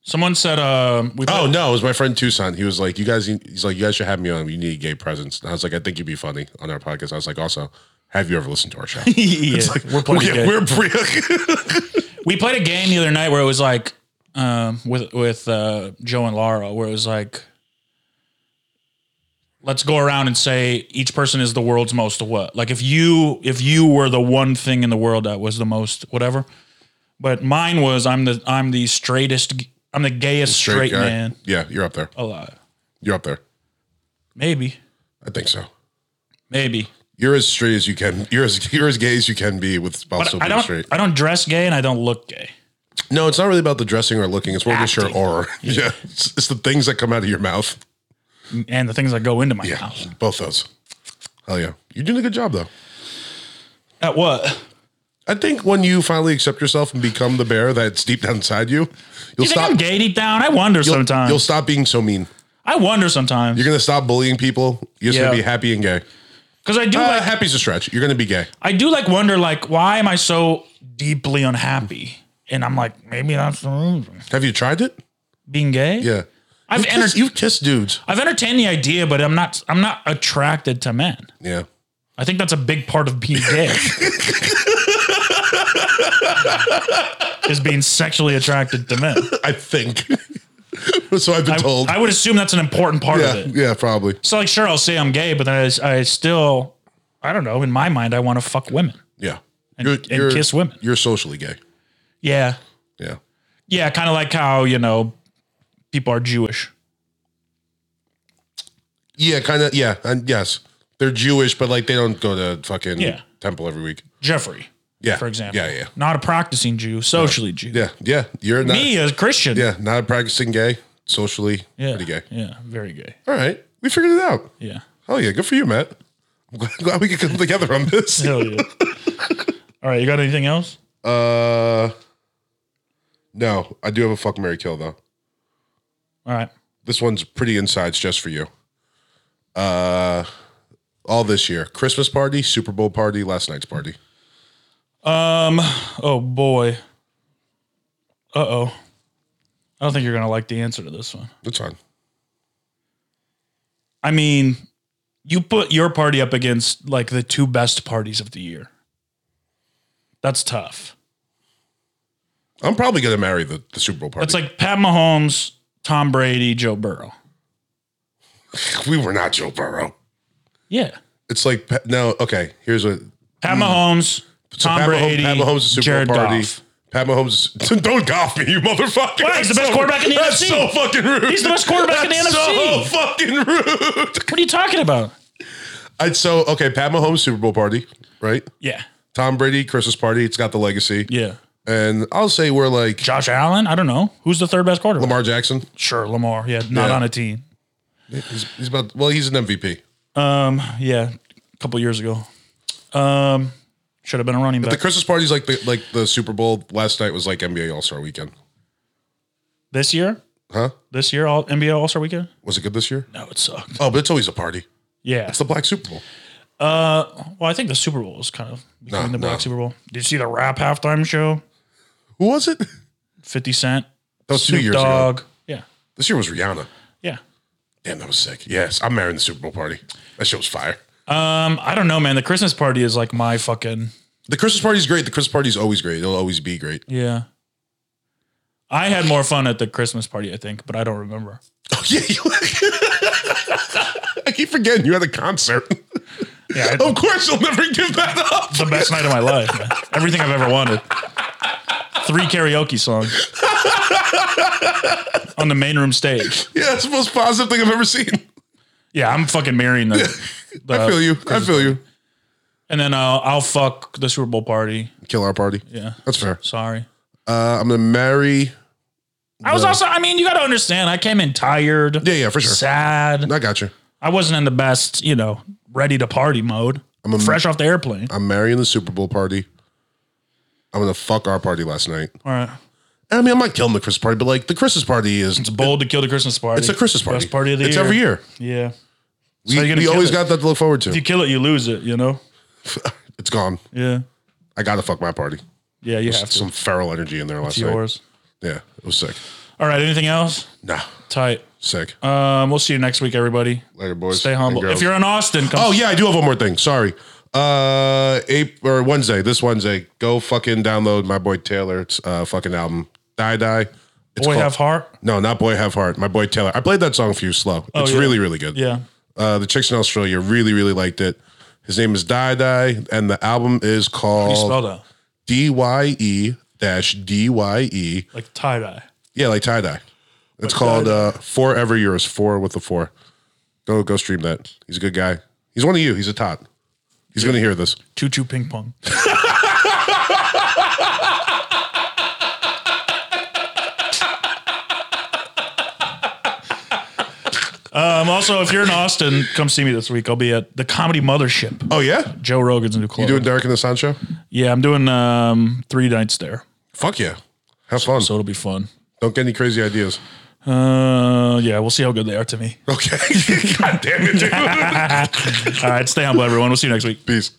Speaker 5: Someone said, um, we
Speaker 3: Oh no, it was my friend Tucson. He was like, "You guys," he's like, "You guys should have me on. You need a gay presence." And I was like, "I think you'd be funny on our podcast." I was like, "Also, have you ever listened to our show?"
Speaker 5: Yeah, we're playing
Speaker 3: we're,
Speaker 5: gay.
Speaker 3: we're pre-
Speaker 5: we played a game the other night where it was like um, with with uh, Joe and Laura, where it was like, let's go around and say each person is the world's most what. Like if you if you were the one thing in the world that was the most whatever, but mine was I'm the I'm the straightest g- I'm the gayest straight,
Speaker 3: guy.
Speaker 5: man
Speaker 3: Yeah, you're up there.
Speaker 5: alive.
Speaker 3: You're up there.
Speaker 5: Maybe
Speaker 3: I think so.
Speaker 5: maybe.
Speaker 3: You're as straight as you can. You're as you're as gay as you can be with while still
Speaker 5: I
Speaker 3: being
Speaker 5: don't
Speaker 3: straight.
Speaker 5: I don't dress gay and I don't look gay.
Speaker 3: No, it's not really about the dressing or looking. It's more just your
Speaker 5: Acting.
Speaker 3: aura. Yeah, it's, it's the things that come out of your mouth.
Speaker 5: and the things that go into my
Speaker 3: Yeah,
Speaker 5: house.
Speaker 3: both those. Hell yeah, you're doing a good job though.
Speaker 5: At what?
Speaker 3: I think when you finally accept yourself and become the bear that's deep down inside you, you'll
Speaker 5: You think
Speaker 3: stop.
Speaker 5: I'm gay deep down? I wonder
Speaker 3: You'll-
Speaker 5: sometimes.
Speaker 3: You'll stop being so mean.
Speaker 5: I wonder sometimes
Speaker 3: You're gonna stop bullying people. You're just gonna
Speaker 5: Yeah.
Speaker 3: be happy and gay.
Speaker 5: because I do
Speaker 3: Uh,
Speaker 5: like
Speaker 3: happy's a stretch. You're gonna be gay.
Speaker 5: I do like wonder like why am I so deeply unhappy? And I'm like maybe that's the reason.
Speaker 3: Have you tried it?
Speaker 5: being gay.
Speaker 3: Yeah.
Speaker 5: I've
Speaker 3: You've kissed,
Speaker 5: enter-
Speaker 3: you've kissed dudes.
Speaker 5: I've entertained the idea, but I'm not I'm not attracted to men.
Speaker 3: Yeah.
Speaker 5: I think that's a big part of being gay. is being sexually attracted to men.
Speaker 3: I think. so I've been told.
Speaker 5: I would assume that's an important part
Speaker 3: yeah,
Speaker 5: of it.
Speaker 3: yeah, probably.
Speaker 5: So like, sure, I'll say I'm gay, but then I, I still, I don't know. In my mind, I want to fuck women.
Speaker 3: Yeah.
Speaker 5: And- and kiss women.
Speaker 3: You're socially gay.
Speaker 5: Yeah,
Speaker 3: Yeah.
Speaker 5: yeah, kind of like how you know people are Jewish.
Speaker 3: Yeah, kind of. Yeah, and yes, they're Jewish, but like they don't go to fucking
Speaker 5: Yeah.
Speaker 3: temple every week.
Speaker 5: Jeffrey,
Speaker 3: Yeah,
Speaker 5: for example.
Speaker 3: Yeah, yeah,
Speaker 5: Not a practicing Jew, socially Jew.
Speaker 3: yeah, yeah. You're not.
Speaker 5: Me as Christian.
Speaker 3: Yeah, not a practicing gay. Socially,
Speaker 5: yeah,
Speaker 3: pretty gay.
Speaker 5: Yeah, very gay.
Speaker 3: All right, we figured it out.
Speaker 5: Yeah.
Speaker 3: Oh yeah, good for you, Matt. I'm glad, glad we could come together on this.
Speaker 5: Hell yeah. All right, you got anything else?
Speaker 3: Uh, no, I do have a fuck Mary kill though.
Speaker 5: All right.
Speaker 3: This one's pretty insides just for you. Uh, all this year: Christmas party, Super Bowl party, last night's party.
Speaker 5: Um. Oh boy. Uh oh. I don't think you're gonna like the answer to this one.
Speaker 3: It's fine.
Speaker 5: I mean, you put your party up against like the two best parties of the year. That's tough.
Speaker 3: I'm probably gonna marry the, the Super Bowl party.
Speaker 5: That's like Pat Mahomes, Tom Brady, Joe Burrow.
Speaker 3: we were not Joe Burrow.
Speaker 5: Yeah.
Speaker 3: It's like Pa- no, okay. Here's what
Speaker 5: Pat Mahomes, Tom
Speaker 3: Hmm. Pat Mahomes-
Speaker 5: Brady,
Speaker 3: Pat Mahomes is Super
Speaker 5: Jared
Speaker 3: Bowl party.
Speaker 5: Goff.
Speaker 3: Pat Mahomes, don't golf me, you motherfucker.
Speaker 5: Why? He's the
Speaker 3: That's
Speaker 5: best
Speaker 3: so-
Speaker 5: quarterback in the
Speaker 3: that's
Speaker 5: NFC.
Speaker 3: so fucking rude.
Speaker 5: He's the best quarterback in the
Speaker 3: That's
Speaker 5: NFC.
Speaker 3: So fucking rude.
Speaker 5: What are you talking about?
Speaker 3: I'd, so okay, Pat Mahomes Super Bowl party, right?
Speaker 5: Yeah.
Speaker 3: Tom Brady Christmas party. It's got the legacy,
Speaker 5: Yeah.
Speaker 3: and I'll say we're like
Speaker 5: Josh Allen, I don't know. Who's the third best quarterback?
Speaker 3: Lamar Jackson.
Speaker 5: Sure, Lamar. Yeah, not
Speaker 3: Yeah.
Speaker 5: on a team.
Speaker 3: He's, he's about well, he's an MVP.
Speaker 5: Um, yeah, a couple years ago. Um, should have been a running
Speaker 3: The
Speaker 5: back.
Speaker 3: Christmas party's like the like the Super Bowl last night was like NBA All Star weekend,
Speaker 5: this year?
Speaker 3: huh?
Speaker 5: This year, all NBA All Star Weekend?
Speaker 3: Was it good this year?
Speaker 5: No, it sucked.
Speaker 3: Oh, but it's always a party.
Speaker 5: Yeah.
Speaker 3: It's the Black Super Bowl.
Speaker 5: Well, I think the Super Bowl is kind of becoming
Speaker 3: No,
Speaker 5: the Black
Speaker 3: no.
Speaker 5: Super Bowl. Did you see the rap halftime show?
Speaker 3: Who was it? That
Speaker 5: 50 Cent,
Speaker 3: was two
Speaker 5: Snoop
Speaker 3: years ago.
Speaker 5: Dogg. Yeah.
Speaker 3: This year was Rihanna.
Speaker 5: Yeah.
Speaker 3: Damn, that was sick. Yes, I'm marrying the Super Bowl party. That shit was fire.
Speaker 5: Um, I don't know, man. The Christmas party is like my fucking
Speaker 3: The Christmas party's great. The Christmas party's always great. It'll always be great.
Speaker 5: yeah. I had more fun at the Christmas party, I think, but I don't remember.
Speaker 3: Oh yeah. You, I keep forgetting you had a concert.
Speaker 5: Yeah,
Speaker 3: of course, you'll never give that up.
Speaker 5: the best night of my life. man. Everything I've ever wanted. Three karaoke songs on the main room stage.
Speaker 3: Yeah, that's the most positive thing I've ever seen.
Speaker 5: Yeah, I'm fucking marrying the.
Speaker 3: I
Speaker 5: the-
Speaker 3: feel you. I feel you.
Speaker 5: And then I'll, I'll fuck the Super Bowl party.
Speaker 3: Kill our party.
Speaker 5: Yeah,
Speaker 3: That's fair.
Speaker 5: sorry.
Speaker 3: Uh, I'm gonna marry.
Speaker 5: I was also. I mean, you got to understand. I came in tired,
Speaker 3: Yeah, yeah, for sure.
Speaker 5: sad.
Speaker 3: I got you.
Speaker 5: I wasn't in the best, you know, ready to party mode.
Speaker 3: Um,
Speaker 5: I'm fresh off the airplane.
Speaker 3: I'm marrying the Super Bowl party. I'm gonna fuck our party last night.
Speaker 5: All right.
Speaker 3: And I mean, I'm not killing the Christmas party, but like the Christmas party is
Speaker 5: It's bold to kill the Christmas party.
Speaker 3: it's a Christmas party.
Speaker 5: Best party of the
Speaker 3: it's
Speaker 5: year.
Speaker 3: every year.
Speaker 5: Yeah.
Speaker 3: We,
Speaker 5: you're gonna
Speaker 3: we
Speaker 5: kill
Speaker 3: always
Speaker 5: it.
Speaker 3: got that to look forward
Speaker 5: If you
Speaker 3: to.
Speaker 5: kill it, you lose it, you know?
Speaker 3: It's gone.
Speaker 5: Yeah.
Speaker 3: I gotta fuck my party.
Speaker 5: Yeah, you have to.
Speaker 3: Some feral energy in there last
Speaker 5: it's
Speaker 3: night.
Speaker 5: yours.
Speaker 3: Yeah, it was sick.
Speaker 5: All right. Anything else?
Speaker 3: Nah,
Speaker 5: Tight.
Speaker 3: sick.
Speaker 5: Um, we'll see you next week, everybody.
Speaker 3: Later, boys.
Speaker 5: Stay
Speaker 3: and
Speaker 5: humble.
Speaker 3: girls.
Speaker 5: If you're in Austin, come.
Speaker 3: Oh yeah, I do have one more thing. Sorry. Uh, April or Wednesday, this Wednesday, go fucking download my boy Taylor's uh fucking album, Die Die. It's
Speaker 5: boy,
Speaker 3: called-
Speaker 5: have heart.
Speaker 3: No, not Boy Have Heart. My boy Taylor. I played that song for you slow. It's
Speaker 5: Oh, yeah.
Speaker 3: really, really good.
Speaker 5: Yeah.
Speaker 3: Uh, the chicks in Australia really, really liked it. His name is Die Die, and the album is
Speaker 5: You
Speaker 3: called
Speaker 5: spelled out
Speaker 3: D Y E dash D Y E.
Speaker 5: like tie dye.
Speaker 3: Yeah, like tie dye. It's called uh, Forever Yours. Four with the four. Go go stream that. He's a good guy. He's one of you. He's a tot. He's gonna hear this.
Speaker 5: Choo choo ping pong. um, also, if you're in Austin, come see me this week. I'll be at the Comedy Mothership.
Speaker 3: Oh yeah,
Speaker 5: Joe Rogan's new club.
Speaker 3: you doing Derek and the Sun show?
Speaker 5: yeah, I'm doing um, three nights there,
Speaker 3: Fuck yeah. Have fun.
Speaker 5: so it'll be fun.
Speaker 3: Don't get any crazy ideas.
Speaker 5: Uh, yeah, we'll see how good they are to me.
Speaker 3: Okay. God damn it, dude.
Speaker 5: All right, stay humble, everyone. We'll see you next week.
Speaker 3: Peace.